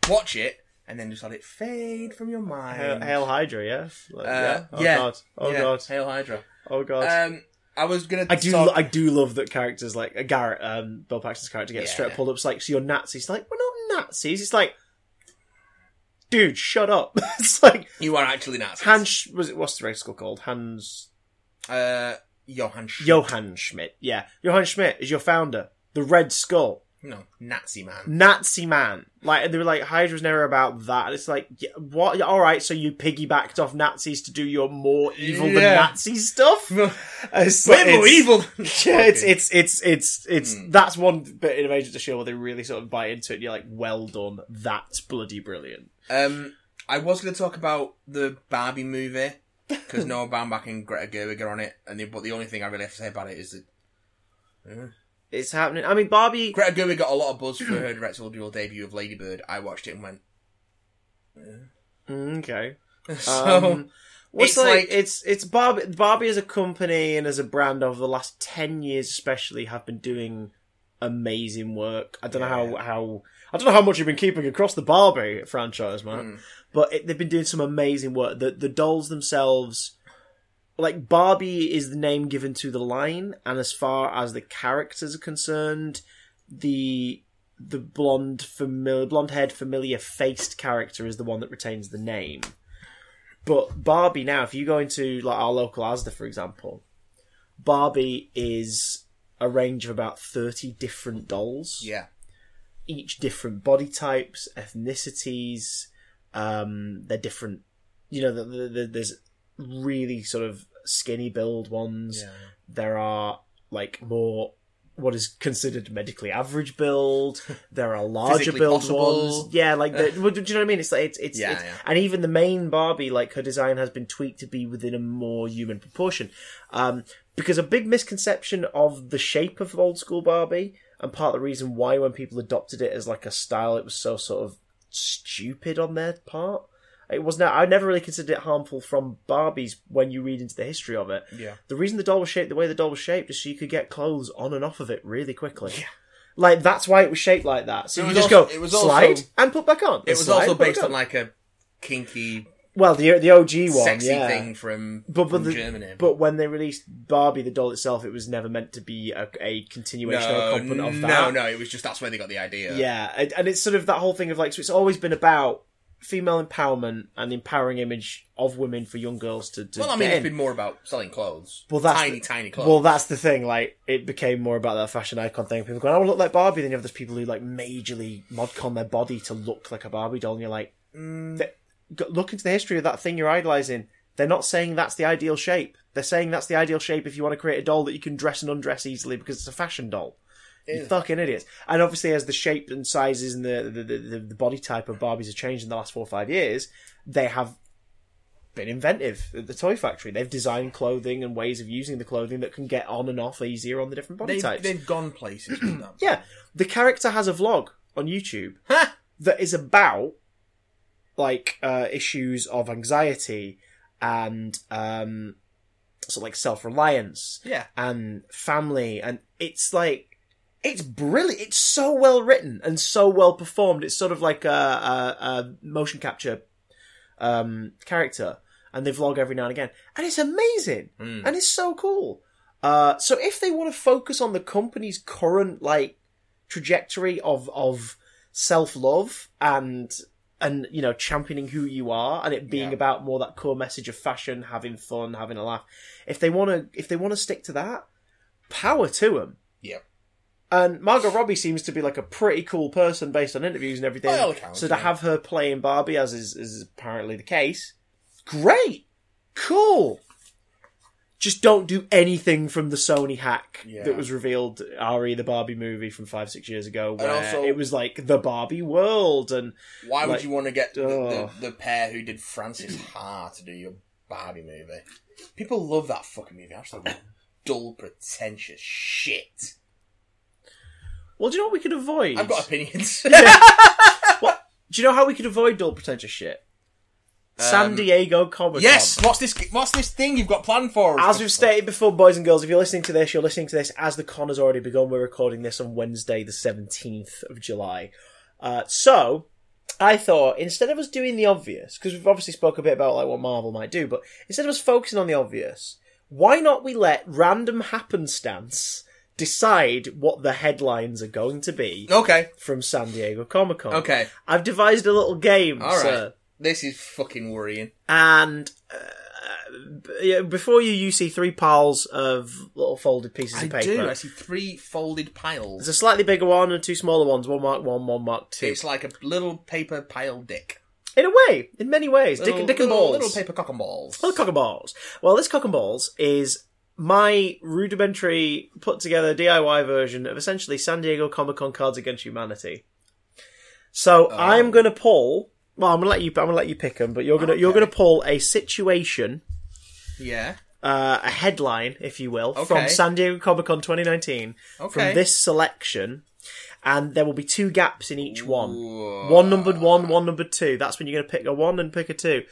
Watch it, and then just let it fade from your mind. Hail, Hail Hydra, yeah. Like, Uh, yeah. Oh yeah. god. Oh Yeah, god. Hail Hydra. Oh god. Um, I was going to I do, lo- I do love that characters like uh, Garrett, um, Bill Paxton's character gets Yeah. straight pulled up. It's like, so you're Nazis. It's like, we're not Nazis. It's like, dude, shut up. it's like you are actually Nazis. Hans. Was it what's the race school called? Hans uh, Johann Sch- Johann Schmidt. Yeah, Johann Schmidt is your founder. The Red Skull, No, Nazi man. Nazi man. Like and they were like Hydra's never about that. And it's like, yeah, what? All right, so you piggybacked off Nazis to do your more evil than Yeah. Nazi stuff. We're It's- more it's- evil. Yeah, it's it's it's it's it's that's one bit in Agents of Shield E where they really sort of bite into it. and You're like, well done, that's bloody brilliant. Um, I was going to talk about the Barbie movie because Noah Baumbach and Greta Gerwig are on it, and the, but the only thing I really have to say about it is that It's happening. I mean, Barbie. Greta Gerwig got a lot of buzz for her directorial dual debut of Lady Bird. I watched it and went, Mm, Okay. so Um, What's It's like, like- it's it's Barbie. Barbie as a company and as a brand over the last ten years, especially, have been doing amazing work. I don't know how how I don't know how much you've been keeping across the Barbie franchise, mm, man. But it, they've been doing some amazing work. The the dolls themselves, like Barbie, is the name given to the line, and as far as the characters are concerned, the the blonde familiar blonde haired familiar faced character is the one that retains the name. But Barbie now, if you go into like our local ASDA, for example, Barbie is a range of about thirty different dolls, yeah, each different body types, ethnicities. Um, they're different. You know, the, the, the, there's really sort of skinny build ones. There are like more what is considered medically average build. There are larger Physically build possible. ones. Yeah, like the, well, do you know what I mean? It's like it's it's, Yeah, it's yeah. and even the main Barbie, like her design has been tweaked to be within a more human proportion. Um, because a big misconception of the shape of old school Barbie, and part of the reason why when people adopted it as like a style, it was so sort of stupid on their part it was not. I never really considered it harmful from Barbie's when you read into the history of it. Yeah. The reason the doll was shaped the way the doll was shaped is so you could get clothes on and off of it really quickly. Like that's why it was shaped like that. So It you was just also- go it was also- slide and put back on. It was also based on like a kinky, well the the OG one, sexy yeah. thing from, But but from the, Germany. but when they released Barbie the doll itself, it was never meant to be a, a continuation or a no, complement of that. no, no, it was just that's where they got the idea. Yeah, and- and it's sort of that whole thing of like, so it's always been about female empowerment and the empowering image of women for young girls to. to Well, I mean, get it's in. been more about selling clothes. Well, that's the- tiny, tiny clothes. Well, that's the thing. Like, it became more about that fashion icon thing. People going, "I want to look like Barbie." Then you have those people who like majorly modcon their body to look like a Barbie doll, and you're like, th- go- "Look into the history of that thing you're idolizing." They're not saying that's the ideal shape. They're saying that's the ideal shape if you want to create a doll that you can dress and undress easily because it's a fashion doll. You fucking idiots. And obviously, as the shape and sizes and the the, the, the- the body type of Barbies have changed in the last four or five years, they have been inventive at the toy factory. They've designed clothing and ways of using the clothing that can get on and off easier on the different body they've, types. they've gone places with that. Yeah, the character has a vlog on YouTube that is about like uh, issues of anxiety and um, sort of like self reliance Yeah. and family and it's like it's brilliant it's so well written and so well performed it's sort of like a, a, a motion capture um, character and they vlog every now and again and it's amazing and it's so cool uh, so if they want to focus on the company's current like trajectory of of self love and and you know championing who you are and it being Yeah. about more that core message of fashion having fun having a laugh if they want to if they want to stick to that power to them Yeah. and Margot Robbie seems to be like a pretty cool person based on interviews and everything. By all accounts, so to Oh, yeah. have her playing Barbie, as is, is apparently the case, great, cool. Just don't do anything from the Sony hack Yeah. that was revealed RE the Barbie movie from five six years ago, where also- it was like the Barbie world and Why would Like, you want to get the, oh. the, the pair who did Francis Ha to do your Barbie movie? People love that fucking movie. I just like dull, pretentious shit. well, do you know what we could avoid? I've got opinions. What- do you know how we could avoid dull pretentious shit? San Diego Comic Con. Um, yes. What's this? What's this thing you've got planned for? us? As we've stated before, boys and girls, if you're listening to this, you're listening to this as the con has already begun. We're recording this on Wednesday, the 17th of July. Uh, so, I thought instead of us doing the obvious, because we've obviously spoke a bit about like what Marvel might do, but instead of us focusing on the obvious, why not we let random happenstance decide what the headlines are going to be Okay. from San Diego Comic Con? Okay. I've devised a little game, All right. sir. This is fucking worrying. And uh, b- yeah, before you, you see three piles of little folded pieces I of paper. do. I see three folded piles. There's a slightly bigger one and two smaller ones. One mark one, one mark two. It's like a little paper pile dick. In a way, in many ways, dick, Little- dick and little- balls. Little paper cock and balls. Little cock and balls. Well, this cock and balls is my rudimentary put together DIY version of essentially San Diego Comic Con Cards Against Humanity. Oh. So I'm going to pull. Well, I'm going to let you. I'm going to let you pick them, but you're going to you're Okay. going to pull a situation. Yeah. uh, a headline, if you will, from Okay. San Diego Comic Con 2019 Okay. from this selection, and there will be two gaps in each one. Ooh. One numbered one, one numbered two. That's when you're going to pick a one and pick a two.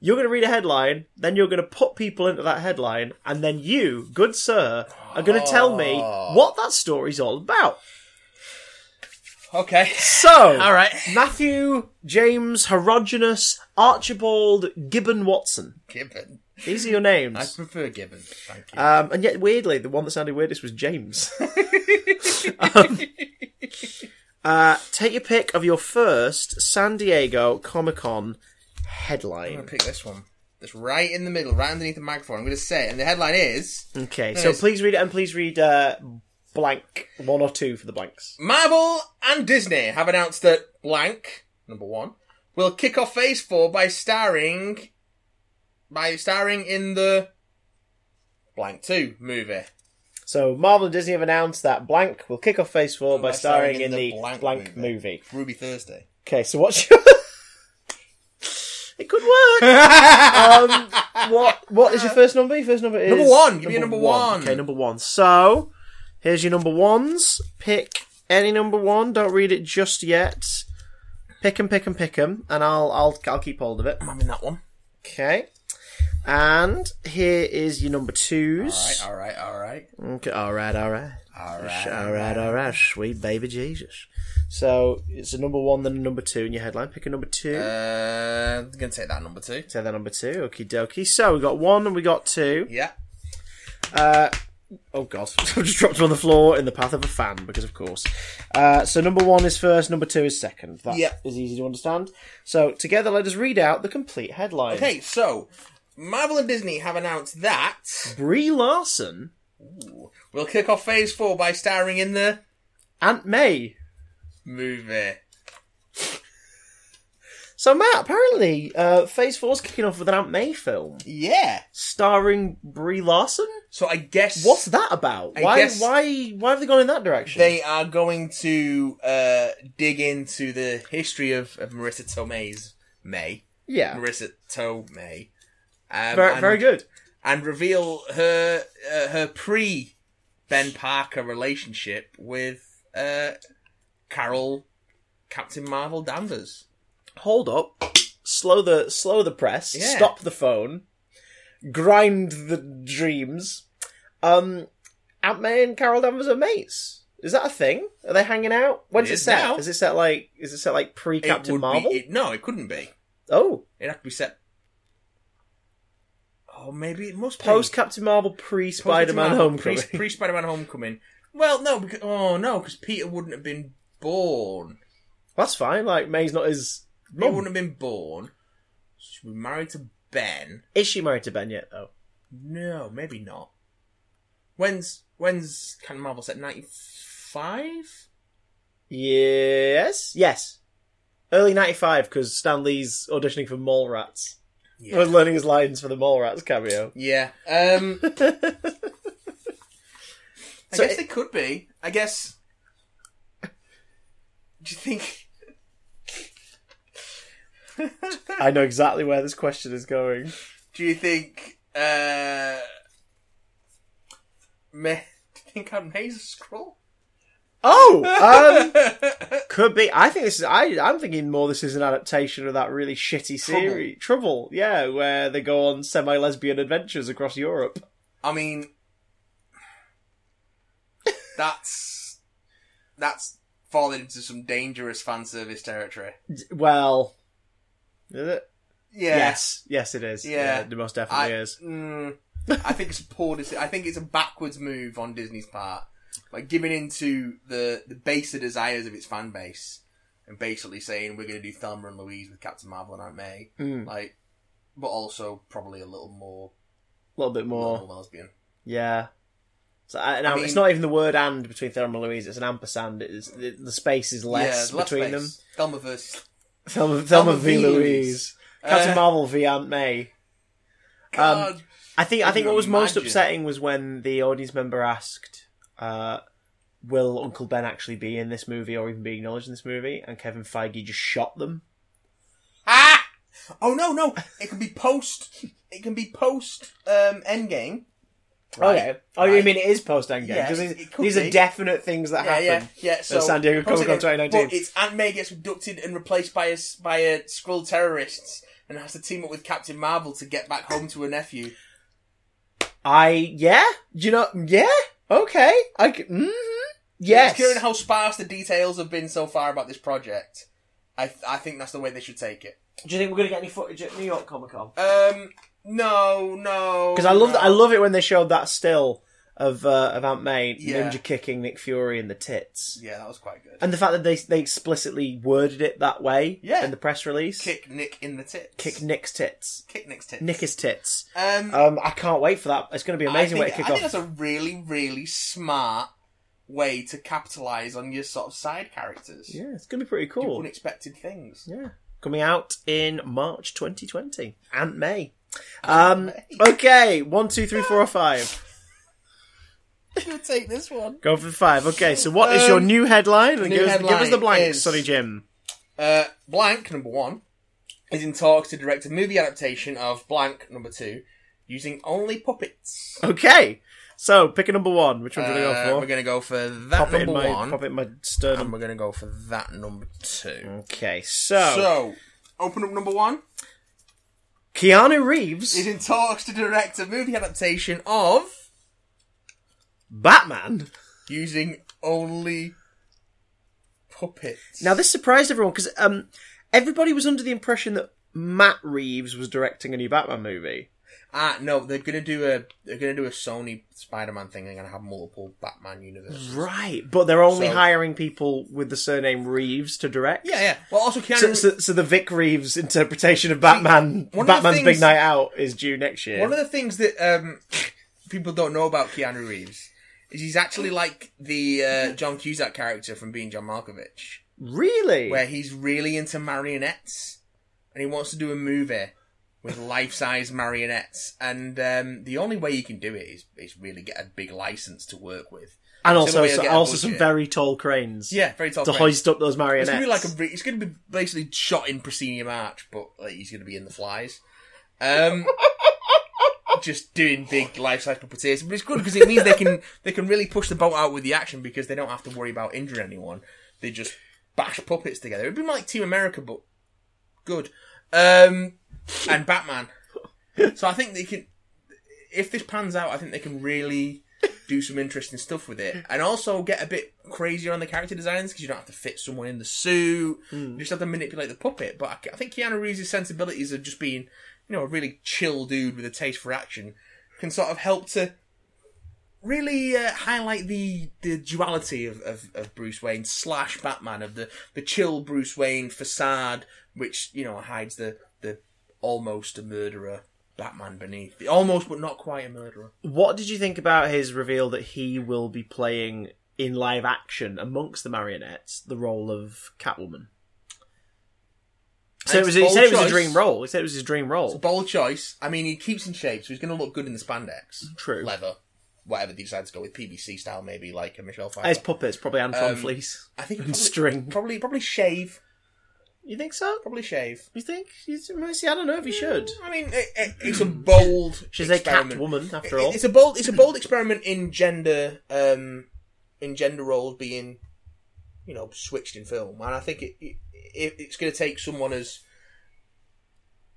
You're going to read a headline, then you're going to put people into that headline, and then you, good sir, are going to tell me Ah. what that story's all about. Okay. So, All right. Matthew, James, Herodotus, Archibald, Gibbon Watson. Gibbon. These are your names. I prefer Gibbon. Thank you. Um, and yet, weirdly, the one that sounded weirdest was James. um, uh, take your pick of your first San Diego Comic Con I'm headline. gonna pick this one. That's right in the middle, right underneath the microphone. I'm gonna say, it, and the headline is Okay, so Nice. please read it and please read uh, blank one or two for the blanks. Marvel and Disney have announced that blank number one will kick off Phase Four by starring by starring in the blank two movie. So Marvel and Disney have announced that blank will kick off Phase Four by By Oh, starring in the blank, movie. Ruby Thursday. Okay, so what's your? it could work. um, what What is your first number? Your first number is Number one. Give me a number one. Okay, number one. So here's your number ones. Pick any number one. Don't read it just yet. Pick 'em, pick 'em, pick 'em, and I'll I'll I'll keep hold of it. I'm in that one. Okay. And here is your number twos. All right, all right, Okay, all right, all right. all Sh- right. All right, all right, sweet baby Jesus. So it's a number one, then a number two in your headline. Pick a number two. Uh, I'm gonna take that number two. so then number two, okie dokie. So we got one and we got two. Yeah. Oh god, I've just dropped him on the floor in the path of a fan because of course. Uh, so number one is first, number two is second. That is Yeah. easy to understand. So together, let us read out the complete headline. Okay, so Marvel and Disney have announced that Brie Larson, we'll kick off Phase Four by starring in the Aunt May. movie. So Matt, apparently, uh, Phase Four's kicking off with an Aunt May film Yeah. starring Brie Larson. So I guess What's that about? I why, guess- why, why have they gone in that direction? they are going to uh, dig into the history of, of Marissa Tomei's May, yeah, Marissa Tomei, um, very, and, very good. and reveal her uh, her pre Ben Parker relationship with uh, Carol Captain Marvel Danvers. Hold up, slow the slow the press. Yeah. Stop the phone. Grind the dreams. Um, Aunt May and Carol Danvers are mates. Is that a thing? Are they hanging out? When's It it, is set? now. Is it set like? Is it set like pre It Captain would be- Marvel? it- no, it couldn't be. Oh, It'd have to be set. Oh, maybe it must be. post Captain Marvel, pre Spider Man Homecoming. Pre Spider Man Homecoming. Well, no, because, oh no, because Peter wouldn't have been born. That's fine. Like May's not his Peter mum. wouldn't have been born. She was married to Ben. Is she married to Ben yet though? No, maybe not. When's when's Captain Marvel set? Ninety five. Yes, yes. Early '95 because Stan Lee's auditioning for Mole Rats. Yeah. was learning his lines for the Mole Rats cameo. yeah. Um. I So guess it- they could be. I guess. Do you think? I know exactly where this question is going. Do you think? Uh, May, do you think I'm May's a scroll? Oh, um, could be. I think this is. I, I'm thinking more. This is an adaptation of that really shitty series, Trouble. Yeah, where they go on semi-lesbian adventures across Europe. I mean, that's that's falling into some dangerous fan service territory. D- Well, is it? Yeah. Yes, yes, it is. Yeah. it most definitely I, is. mm, I think it's a poor. deci- I think it's a backwards move on Disney's part, like giving into the the baser desires of its fan base, and basically saying we're going to do Thelma and Louise with Captain Marvel and Aunt May, Mm, like, but also probably a little more, a little bit more. little more lesbian. Yeah. So I, now mean- it's not even the word "and" between Thelma and Louise; it's an ampersand. It's the, the space is less yeah, between them. them. Thelma versus Thelma, Thelma, Thelma v. v. Louise, Louise. Captain um, Uh, Marvel v. Aunt May. God. I think. I Can think you what was most imagine? upsetting was when the audience member asked, uh, "Will Uncle Ben actually be in this movie, or even be acknowledged in this movie?" And Kevin Feige just shot them. Ah! Oh no, no! It can be post. It can be post um, Endgame. Okay. Oh, you Right. mean it is post Endgame? Yes, Because it could these be. are definite things that Yeah, happen. yeah, yeah. So San Diego post Comic-Con Endgame, 2019. But it's Aunt May gets abducted and replaced by a s- by a Skrull terrorists and has to team up with Captain Marvel to get back home to her nephew. I yeah. Do you know? Yeah. Okay. I. Mm-hmm. Yes. Considering how sparse the details have been so far about this project, I I think that's the way they should take it. Do you think we're gonna get any footage at New York Comic Con? Um, no, no. Because I love no. I love it when they showed that still of uh, of Aunt May Yeah. ninja kicking Nick Fury in the tits, Yeah, that was quite good. and the fact that they they explicitly worded it that way Yeah. in the press release. Kick Nick in the tits. Kick Nick's tits. Kick Nick's tits. Nick his tits. Um, Um, I can't wait for that. It's going to be an amazing I way think, to kick I off. think that's a really, really smart way to capitalize on your sort of side characters. Yeah, it's going to be pretty Do cool. Unexpected things. Yeah, coming out in March 2020. Aunt May. Um, okay, one, two, three, four, or five. I'm gonna take this one. Go for the five. Okay, so what is your Um, new headline? And new give, us, give us the headline blanks, is- Sonny Jim. Uh, blank number one is in talks to direct a movie adaptation of blank number two, using only puppets. Okay. So pick a number one. Which one do you Uh, go We're for? going to go for that Pop it number in my one, Um, pop it in my and sternum. we're going to go for that number two. Okay, so, So, open up number one Keanu Reeves is in talks to direct a movie adaptation of Batman. using only puppets. Now this surprised everyone because um, everybody was under the impression that Matt Reeves was directing a new Batman movie. Ah, no, they're gonna do a they're gonna do a Sony Spider-Man thing. They're gonna have multiple Batman universes. Right, but they're only So- hiring people with the surname Reeves to direct. Yeah, yeah. Well, also Keanu. So, so, so the Vic Reeves interpretation of Batman, one of the Batman's Big things- Night Out, is due next year. One of the things that um, people don't know about Keanu Reeves is he's actually like the uh, John Cusack character from Being John Malkovich, really? where he's really into marionettes and he wants to do a movie with life-size marionettes. And um, the only way you can do it is is really get a big license to work with. and also, somebody will so, get a also some budget. very tall cranes. Yeah, very tall. To frame. hoist up those marionettes. It's gonna be like a. re- It's gonna be basically shot in proscenium arch, but like he's gonna be in the flies. Um, just doing big life-size puppeteers, but it's good because it means they can they can really push the boat out with the action because they don't have to worry about injuring anyone. They just bash puppets together. It'd be like Team America, but good. Um, and Batman. So I think they can. If this pans out, I think they can really do some interesting stuff with it, and also get a bit crazier on the character designs because you don't have to fit someone in the suit. You just have to manipulate the puppet. But I, I think Keanu Reeves' sensibilities of just being, you know, a really chill dude with a taste for action can sort of help to really uh, highlight the the duality of, of, of Bruce Wayne slash Batman of the the chill Bruce Wayne facade, which you know hides the the almost a murderer Batman beneath the almost but not quite a murderer. What did you think about his reveal that he will be playing in live action amongst the marionettes the role of Catwoman? So it It's was, he bold said it was a choice. dream role. He said it was his dream It's a role. bold choice. I mean, he keeps in shape, so he's going to look good in the spandex, True. leather, whatever they decide to go with PVC style, maybe like a Michelle Pfeiffer. As puppets, probably Anton Um, Fleece. I think and probably, string. probably probably shave, You think so? probably shave. You think? You see, I don't know if he should. I mean, it, it, it's a bold. She's a experiment. Catwoman, after It- all. It's a bold. It's a bold experiment in gender, um, in gender roles being, you know, switched in film, and I think it, it, it it's going to take someone as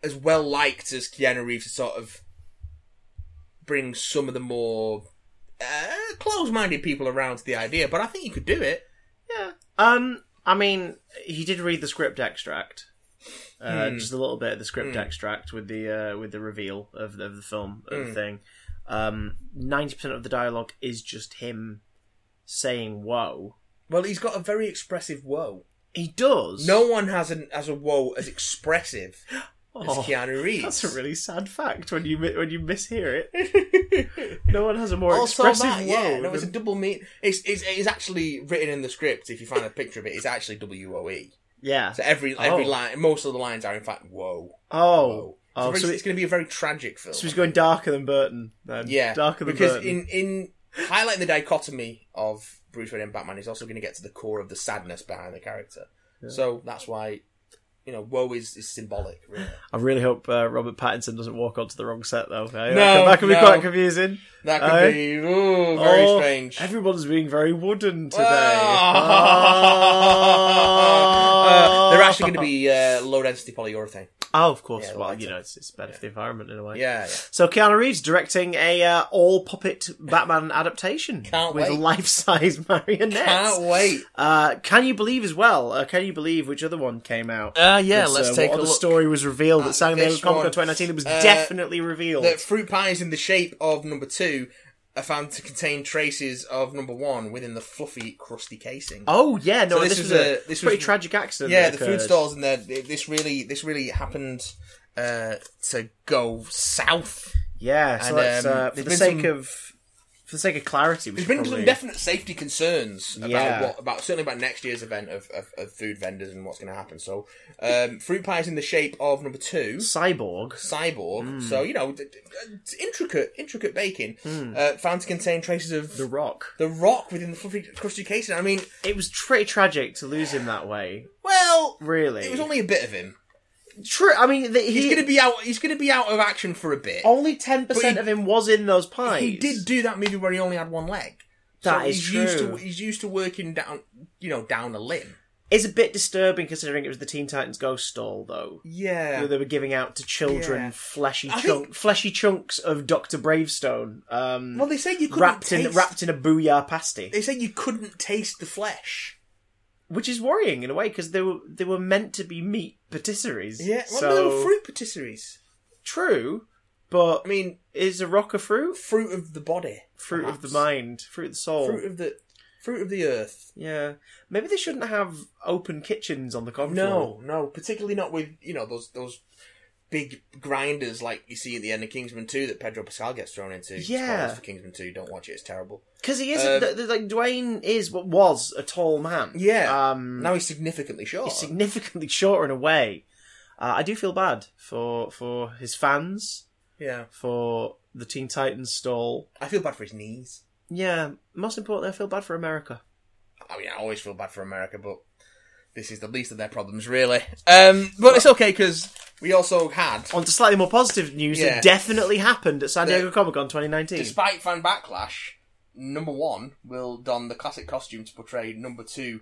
as well liked as Keanu Reeves to sort of bring some of the more uh, close-minded people around to the idea. But I think you could do it. Yeah. Um. I mean, he did read the script extract, uh, Hmm. just a little bit of the script extract with the uh, with the reveal of, of the film of Hmm. the thing. Um. Ninety percent of the dialogue is just him saying "whoa." Well, he's got a very expressive whoa. He does. No one has an as a whoa as expressive as Oh, Keanu Reeves. That's a really sad fact when you mi- when you mishear it. No one has a more also expressive that, "whoa." yeah, no, it's a than- double mean. It's, it's it's actually written in the script. If you find a picture of it, it's actually W O E. yeah. So every every Oh. line, most of the lines are in fact whoa. Oh. whoa. Oh. so, So, it's, it, going to be a very tragic film. so he's going darker than Burton. Then. yeah, Darker than because Burton. in in highlighting the dichotomy of Bruce Wayne and Batman is also going to get to the core of the sadness behind the character. So that's why you know woe is is symbolic. Really, I really hope uh, Robert Pattinson doesn't walk onto the wrong set, though. Okay? No, that can be no. quite confusing. that could Aye. be ooh, very Oh, strange. Ah. Everyone's being very wooden today. Oh. Uh, they're actually going to be uh, low density polyurethane. Oh, of course. Yeah, well, like you know, it's, it's better for the environment in a way. Yeah, yeah. So Keanu Reeves directing a uh, all puppet Batman adaptation Can't with wait. life size marionettes. Can't wait. Uh, can you believe as well? Uh, can you believe which other one came out? Uh, yeah, That's, let's uh, take what a other look story was revealed at at San Diego this Comic Con one. 2019. It was Uh, definitely revealed. that fruit pies in the shape of number two are found to contain traces of number one within the fluffy, crusty casing. Oh yeah, no, So this, was, a, this pretty was- tragic accident. yeah, that the food occurred. stalls in there. This really, this really happened uh, to go south. Yeah, so And, that's, um, uh, for there's the been sake some- of for the sake of clarity, we There's should been probably... some definite safety concerns about Yeah. what about certainly about next year's event of, of, of food vendors and what's going to happen. So, um, fruit pies in the shape of number two. cyborg. Cyborg, so you know, d- d- d- intricate, intricate baking, uh, found to contain traces of The Rock. the rock within the fluffy crusty casing. I mean, It was pretty tragic to lose him that way. well, Really, it was only a bit of him. True. I mean, the, He's he gonna be out. He's gonna be out of action for a bit. only ten But percent he- of him was in those pies. Oh, he did do that movie where he only had one leg. That so is he's Used true. to, he's used to working down, you know, down a limb. It's a bit disturbing considering it was the Teen Titans Ghost Stall, though. Yeah. Who they were giving out to children Yeah. fleshy I chunk, fleshy chunks of Doctor Bravestone, um, well, they said you couldn't wrapped taste. in wrapped in a booyah pasty, They said you couldn't taste the flesh. which is worrying in a way because they were they were meant to be meat patisseries. Yeah. Well, so they were fruit patisseries. true, but I mean, is a rock a fruit? fruit of the body, Fruit of the perhaps. mind, fruit of the soul. fruit of the, fruit of the earth. yeah, maybe they shouldn't have open kitchens on the conf floor. No, no, particularly not with you know those those big grinders like you see at the end of Kingsman Two that Pedro Pascal gets thrown into. Yeah. Spoilers for Kingsman Two, don't watch it; it's terrible. because he is Um, th- th- like Dwayne is what was a tall man. Yeah. um, Now he's significantly short. he's significantly shorter in a way. Uh, I do feel bad for for his fans, yeah, for the Teen Titans stall. I feel bad for his knees. Yeah, most importantly, I feel bad for America. I mean, I always feel bad for America, but this is the least of their problems, really. Um, but it's okay because we also had, On to slightly more positive news Yeah. that definitely happened at San The- Diego Comic Con 2019. despite fan backlash, number one will don the classic costume to portray number two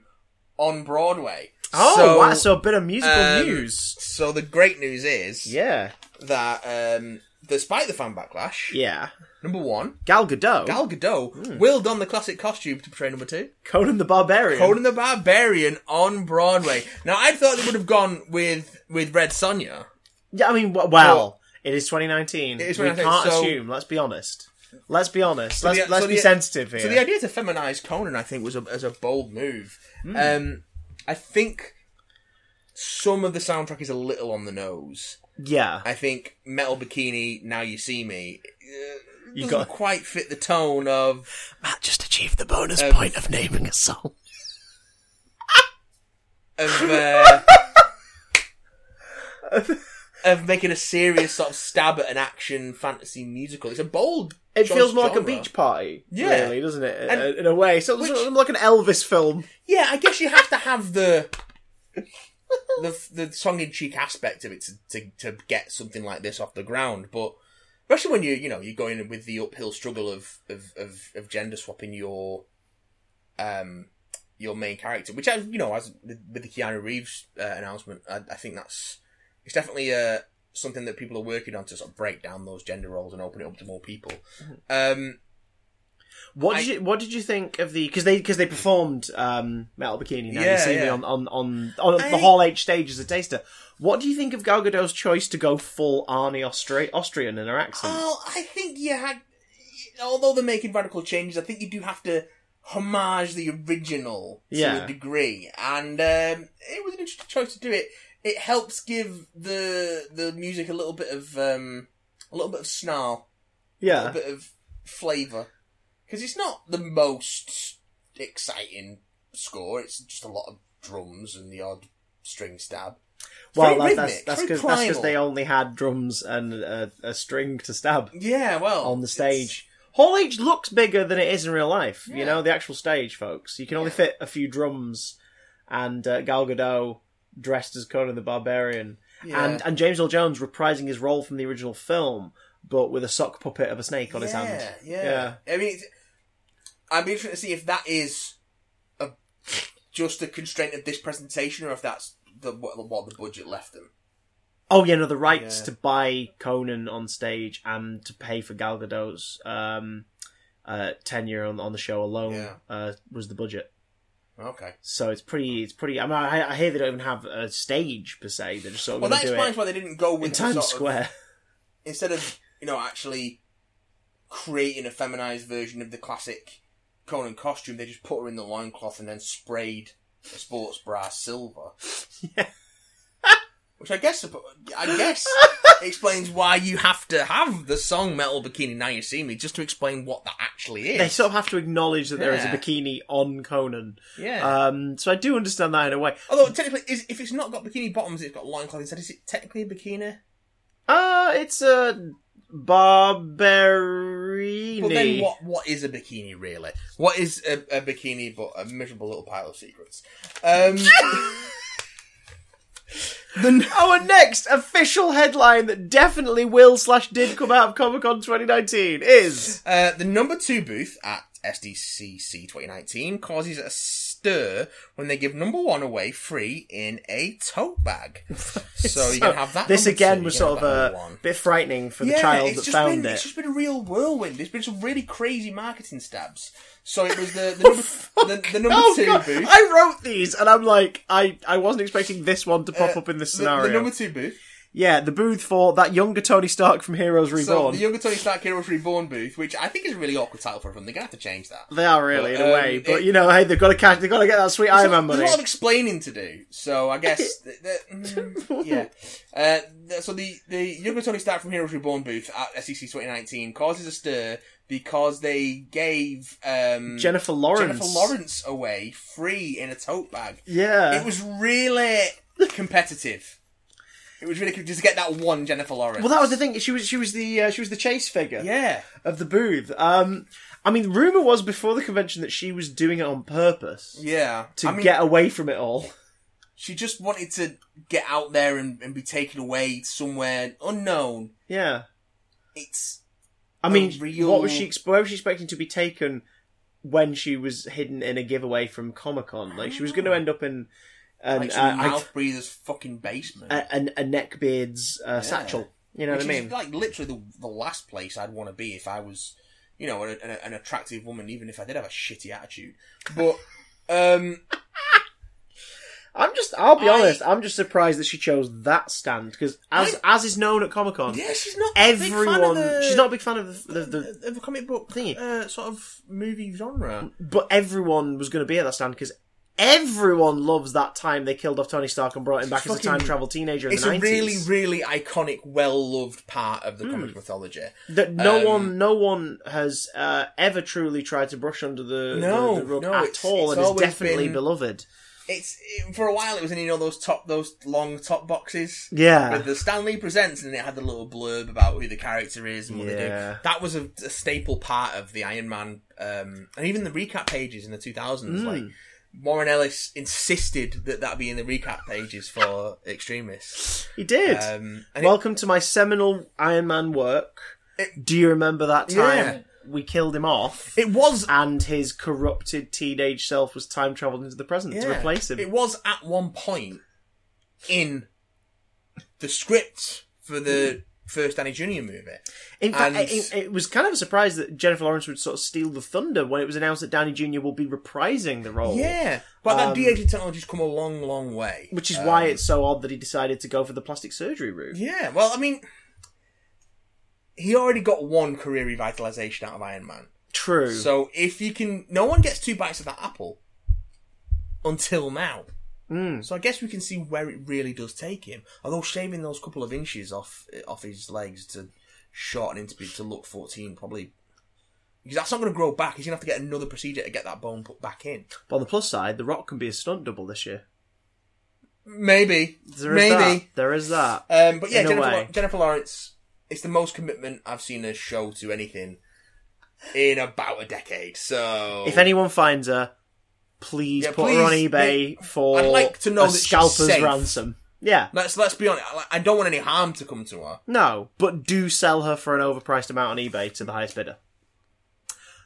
on Broadway. oh, so, wow, so a bit of musical um, news. So the great news is Yeah, that um, despite the fan backlash, yeah. Hmm. number one, Gal Gadot, Gal Gadot will don the classic costume to portray number two, Conan the Barbarian. Conan the Barbarian on Broadway. Now I thought they would have gone with with Red Sonja. Yeah, I mean, w- well, it is 2019. It is we 2019, can't so- assume. Let's be honest. Let's be honest. Let's, the- let's so be the- sensitive here. So the idea to feminize Conan, I think, was a, as a bold move. Hmm. Um, I think some of the soundtrack is a little on the nose. yeah, I think Metal Bikini, Now You See Me, uh, doesn't got- quite fit the tone of Matt just achieved the bonus Um, point of naming a song. of uh, of making a serious sort of stab at an action fantasy musical. It's a bold. It choice feels more like a genre. beach party, Yeah. really, doesn't it? And- Uh, in a way, so it's which- sort of like an Elvis film. Yeah, I guess you have to have the the the song in cheek aspect of it to, to to get something like this off the ground, but. Especially when you you know you're going with the uphill struggle of of, of, of gender swapping your um your main character, which I you know as with with the Keanu Reeves uh, announcement, I, I think that's it's definitely uh, something that people are working on to sort of break down those gender roles and open it up to more people. Um, What I- did you What did you think of the because they because they performed um, Metal Bikini now you Yeah, see me yeah. on on on, on I- the Hall H stage as a taster. What do you think of Gal Gadot's choice to go full Arnie Austra- Austrian in her accent? Well, Oh, I think you had, although they're making radical changes, I think you do have to homage the original to Yeah. a degree, and um, it was an interesting choice to do it. It helps give the the music a little bit of um, a little bit of snarl, a yeah, little bit of flavour, because it's not the most exciting score. It's just a lot of drums and the odd string stab. It's well, that, very that's rhythmic, that's very because that's because primal. they only had drums and a, a string to stab yeah, well on the it's- stage. Hall H looks bigger than it is in real life. You Yeah. know, the actual stage, folks. You can only Yeah. fit a few drums and uh, Gal Gadot dressed as Conan the Barbarian. yeah. And, and James Earl Jones reprising his role from the original film, but with a sock puppet of a snake on his hand. Yeah, I mean, it's, I'd be interested to see if that is a, just a constraint of this presentation, or if that's the what, what the budget left them. Oh, yeah, no, the rights Yeah. to buy Conan on stage and to pay for Gal Gadot's um, uh, tenure on, on the show alone Yeah. uh, was the budget. Okay. So it's pretty. It's pretty. I mean, I, I hear they don't even have a stage per se. They're just sort of Well, going that to do it explains why they didn't go with in the Times sort of- Square. instead of you know actually creating a feminized version of the classic Conan costume, they just put her in the loincloth and then sprayed a sports bra silver. Yeah. Which I guess I guess explains why you have to have the song Metal Bikini Now You See Me just to explain what that actually is. They sort of have to acknowledge that there is a Yeah. bikini on Conan. yeah. Um, so I do understand that in a way. Although technically, is, if it's not got bikini bottoms, it's got loincloth instead. Is it technically a bikini? Uh, it's a barberini. But then what? What is a bikini really? What is a, a bikini but a miserable little pile of secrets? Um, The, Our next official headline that definitely will slash did come out of Comic Con 2019 is uh, the number two booth at SDCC 2019 causes a stir when they give number one away free in a tote bag. so you can have that. This number again two, was you can sort of have that number a one. bit frightening for the Yeah, child it's that just found been, it. It's just been a real whirlwind. It's been some really crazy marketing stabs. So it was the the number, the, the number Oh, two God. booth. I wrote these and I'm like, I, I wasn't expecting this one to pop Uh, up in this the- scenario. The, number two booth. yeah, the booth for that younger Tony Stark from Heroes So Reborn. the younger Tony Stark Heroes Reborn booth, which I think is a really awkward title for them. They're gonna have to change that. they are really in a um, way, but it- you know, hey, they've got to cash, they've got to get that sweet Iron Man There's money. a lot of explaining to do, so I guess th- th- mm, yeah. Uh, th- so the the younger Tony Stark from Heroes Reborn booth at E SEC 2019 causes a stir because they gave um, Jennifer Lawrence. Jennifer Lawrence away free in a tote bag. Yeah. It was really competitive. It was really good just to get that one Jennifer Lawrence. well, that was the thing. She was she was the uh, she was the chase figure yeah. of the booth. Um, I mean, rumor was before the convention that she was doing it on purpose Yeah, to I mean, get away from it all. she just wanted to get out there and, and be taken away somewhere unknown. Yeah. It's I mean, real- what was she? ex- Where was she expecting to be taken when she was hidden in a giveaway from Comic Con? Like she was going to end up in an Ah. like uh, some I- mouth breather's fucking basement. a, an- a neckbeard's uh, satchel. You know which what I is mean? like literally the, the last place I'd want to be if I was, you know, an, an, an attractive woman, even if I did have a shitty attitude. But um, I'm just. I'll be I- honest. I'm just surprised that she chose that stand because, as as is known at Comic Con, yeah, she's not a big fan of everyone. the- She's not a big fan of the, the, the of the comic book thingy. uh, sort of movie genre. but everyone was going to be at that stand because everyone loves that time they killed off Tony Stark and brought him back as a fucking- time travel teenager in It's the a 90s. really, really iconic, well-loved part of the Mm. comic mythology. that no um, one, no one has uh, ever truly tried to brush under the, No, the, the rug no, at it's- all, it's and is always definitely been- beloved. It's it- for a while it was in you know those top, those long top boxes. Yeah, With the Stanley presents, and it had the little blurb about who the character is and what they Yeah. do. That was a, a staple part of the Iron Man, um, and even the recap pages in the 2000s. Hmm. Like Warren Ellis insisted that that be in the recap pages for extremists. he did. Um, and it- Welcome to my seminal Iron Man work. It- Do you remember that time Yeah. we killed him off? it was and his corrupted teenage self was time traveled into the present to Yeah. replace him. It was at one point in the script for the first Danny Junior movie. In fact, And- it, it was kind of a surprise that Jennifer Lawrence would sort of steal the thunder when it was announced that Downey Jr. will be reprising the role. Yeah, but Um, that de-aging technology's come a long, long way. Which is Um, why it's so odd that he decided to go for the plastic surgery route. Yeah, well, I mean, he already got one career revitalization out of Iron Man. True. So if you can, no one gets two bites of that apple until now. Mm. So I guess we can see where it really does take him. Although shaving those couple of inches off off his legs to shorten him to be to look fourteen probably. Because that's not going to grow back. He's going to have to get another procedure to get that bone put back in. But on the plus side, The Rock can be a stunt double this year. Maybe, There is maybe. that. There is that. Um, but yeah, In a Jennifer, way. Law- Jennifer Lawrence. It's the most commitment I've seen her show to anything in about a decade. So If anyone finds her, please Yeah, put her on please, eBay for I'd like to know a that she's scalper's safe. ransom. Yeah. let's let's be honest, I- I don't want any harm to come to her. No, but do sell her for an overpriced amount on eBay to the highest bidder.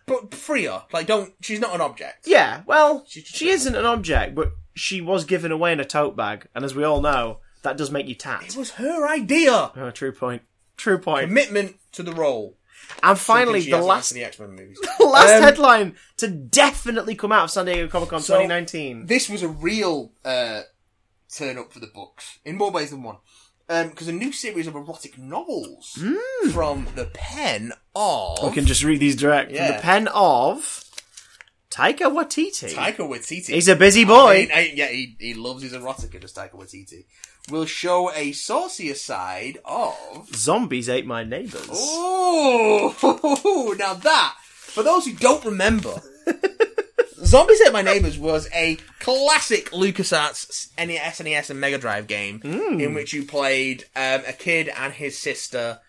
But free her. Like, don't. She's not an object. Yeah, well, She's just she isn't an object, but she was given away in a tote bag, and as we all know, that does make you It tat. was her idea. Oh, true point. True point. Commitment to the role. And finally, She the hasn't last for the X Men movies. last Um, headline to definitely come out of San Diego Comic Con So- 2019. this was a real uh, turn up for the books in more ways than one. Because a new series of erotic novels Hmm. from the pen of We can just read these direct from Yeah. the pen of Taika Waititi. Taika Waititi. He's a busy I boy. mean, I- yeah, he, he loves his erotica, just Taika Waititi. Will show a saucier side of. Zombies ate my neighbors. Oh, now that for those who don't remember, Zombies Ate My Neighbors was a classic LucasArts E NES, SNES, and Mega Drive game in which you played um, a kid and his sister,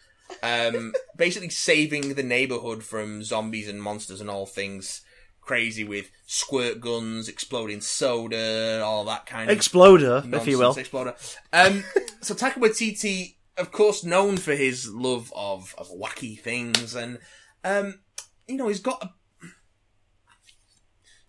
um, basically saving the neighborhood from zombies and monsters and all things crazy with squirt guns, exploding soda, all that kind of Exploder, if nonsense you will. Exploder. Um, so Taika Waititi, of course, known for his love of, of wacky things, and um, you know he's got. A,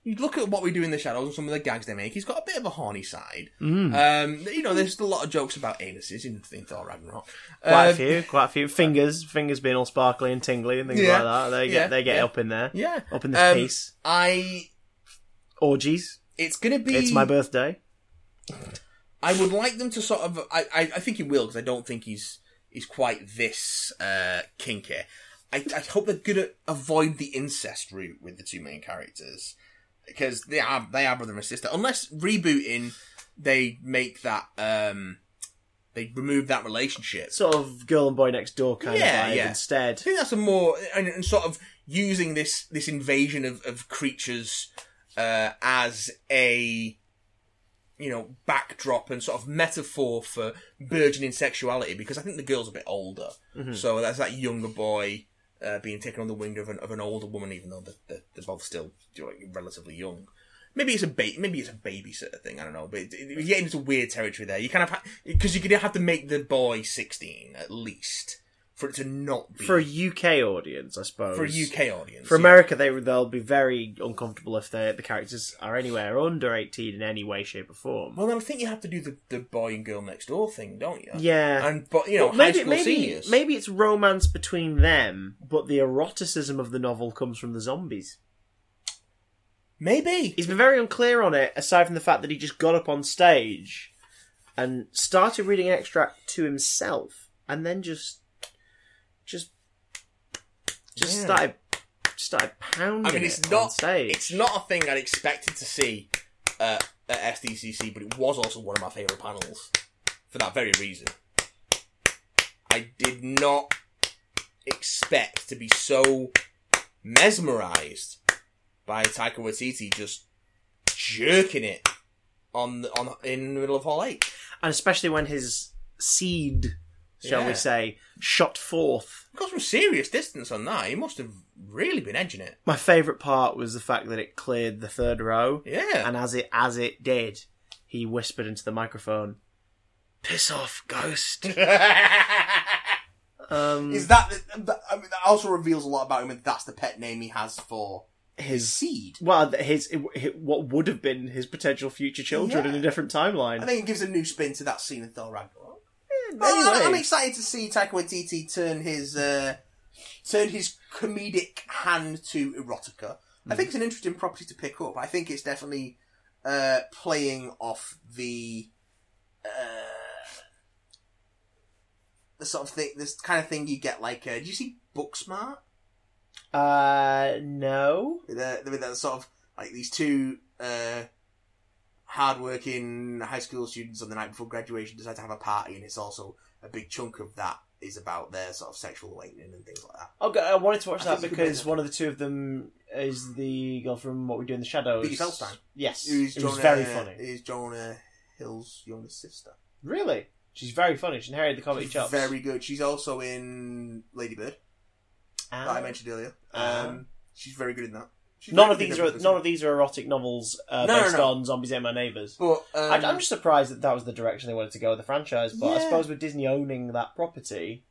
you look at what we do in the shadows and some of the gags they make. He's got a bit of a horny side. Mm. Um, you know, there's a lot of jokes about anuses in, in Thor Ragnarok. Quite a Um, few, quite a few fingers, fingers being all sparkly and tingly and things Yeah, like that. They get yeah, they get yeah. up in there, Yeah, up in this Um, piece. I. Orgies. It's gonna be. It's my birthday. I would like them to sort of. I, I, I think he will because I don't think he's he's quite this uh, kinky. I, I hope they're gonna avoid the incest route with the two main characters because they are they are brother and sister. Unless rebooting, they make that um, they remove that relationship. Sort of girl and boy next door kind Yeah, of vibe yeah. instead. I think that's a more and, and sort of using this this invasion of of creatures uh, as a you know backdrop and sort of metaphor for burgeoning sexuality because I think the girl's a bit older, Mm-hmm. so that's that younger boy. Uh, being taken on the wing of an, of an older woman, even though they're, they're, they're both still you know, relatively young. Maybe it's a ba- maybe it's a babysitter thing. I don't know, but it, it, you're getting into weird territory there. You kind of because you're gonna have to make the boy sixteen at least for it to not be For a UK audience, I suppose. for a UK audience. For yeah. America, they they'll be very uncomfortable if they, the characters are anywhere under eighteen in any way, shape, or form. Well, then I think you have to do the, the boy and girl next door thing, don't you? Yeah. And but you know, But high maybe school maybe seniors. maybe it's romance between them, but the eroticism of the novel comes from the zombies. Maybe. He's been very unclear on it, aside from the fact that he just got up on stage and started reading an extract to himself, and then just just just Yeah. started started pounding. I mean, it's it on not stage. it's not a thing I'd expected to see uh, at SDCC, but it was also one of my favorite panels for that very reason. I did not expect to be so mesmerized by Taika Waititi just jerking it on the, on in the middle of Hall Eight. and especially when his seed, shall Yeah. we say, shot forth. He got some serious distance on that. He must have really been edging it. My favourite part was the fact that it cleared the third row, Yeah. and as it as it did, he whispered into the microphone, "Piss off, ghost." Um, Is that, that? I mean, that also reveals a lot about him. If that's the pet name he has for his seed. well, his what would have been his potential future children in a different timeline. I think it gives a new spin to that scene in Thor Ragnarok. Anyway. Oh, I'm, I'm excited to see Taika Waititi turn his uh, turn his comedic hand to erotica. I think it's an interesting property to pick up. I think it's definitely uh, playing off the uh, the sort of thing, this kind of thing you get. Like, uh, do you see Booksmart? Uh, no. with uh, with that sort of like these two uh, hard-working high school students on the night before graduation decide to have a party, and it's also a big chunk of that is about their sort of sexual awakening and things like that. Okay, I wanted to watch I that think you could because make one of the two of them is the girl from What We Do in the Shadows. Vicky Feldstein. Yes, Who's it was Jonah- very funny. Who's Jonah Hill's younger sister? Really? She's very funny. She inherited the comedy She's chops. Very good. She's also in Ladybird Ah. that I mentioned earlier. Ah. Um, she's very good in that. She's None very of good in these are everything. none of these are erotic novels uh, No, no, based no. on zombies and my neighbours. But I, um, I'm just surprised that that was the direction they wanted to go with the franchise. But I Yeah. suppose with Disney owning that property,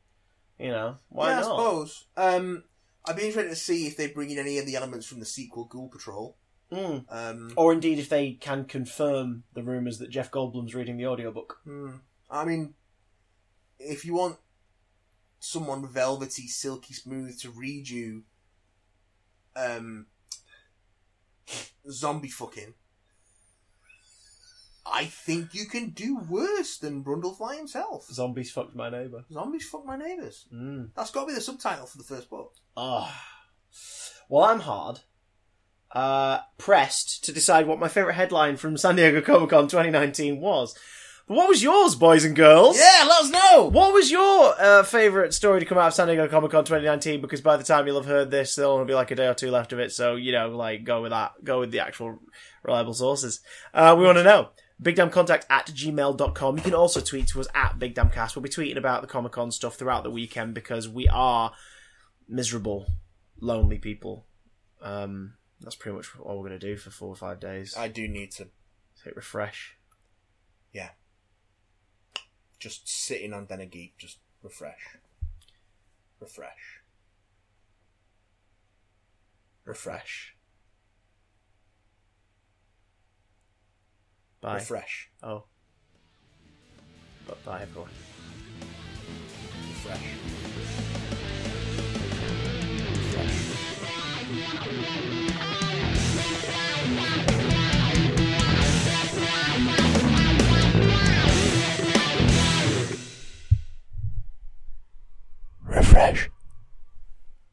you know why yeah, not? I suppose. Um, I'd be interested to see if they bring in any of the elements from the sequel Ghoul Patrol. Mm. Um, Or indeed, if they can confirm the rumours that Jeff Goldblum's reading the audiobook. Hmm. I mean, if you want someone velvety, silky smooth to read you, um, zombie fucking, I think you can do worse than Brundlefly himself. Zombies fucked my neighbour. Zombies fuck my neighbours. Mm. That's got to be the subtitle for the first book. Ah. Well, I'm hard. Uh, pressed to decide what my favourite headline from San Diego Comic Con 2019 was. But what was yours, boys and girls? let us know. What was your uh, favourite story to come out of San Diego Comic Con 2019? Because by the time you'll have heard this, there'll only be like a day or two left of it. So, you know, like, go with that. Go with the actual reliable sources. Uh, we want to know. BigDamnContact at gmail.com. You can also tweet to us at BigDamnCast. We'll be tweeting about the Comic Con stuff throughout the weekend because we are miserable, lonely people. Um, That's pretty much all we're going to do for four or five days. I do need to Hit refresh. just sitting on Den of Geek, just refresh, refresh, refresh, Bye. refresh, Oh. But bye, everyone. refresh. refresh.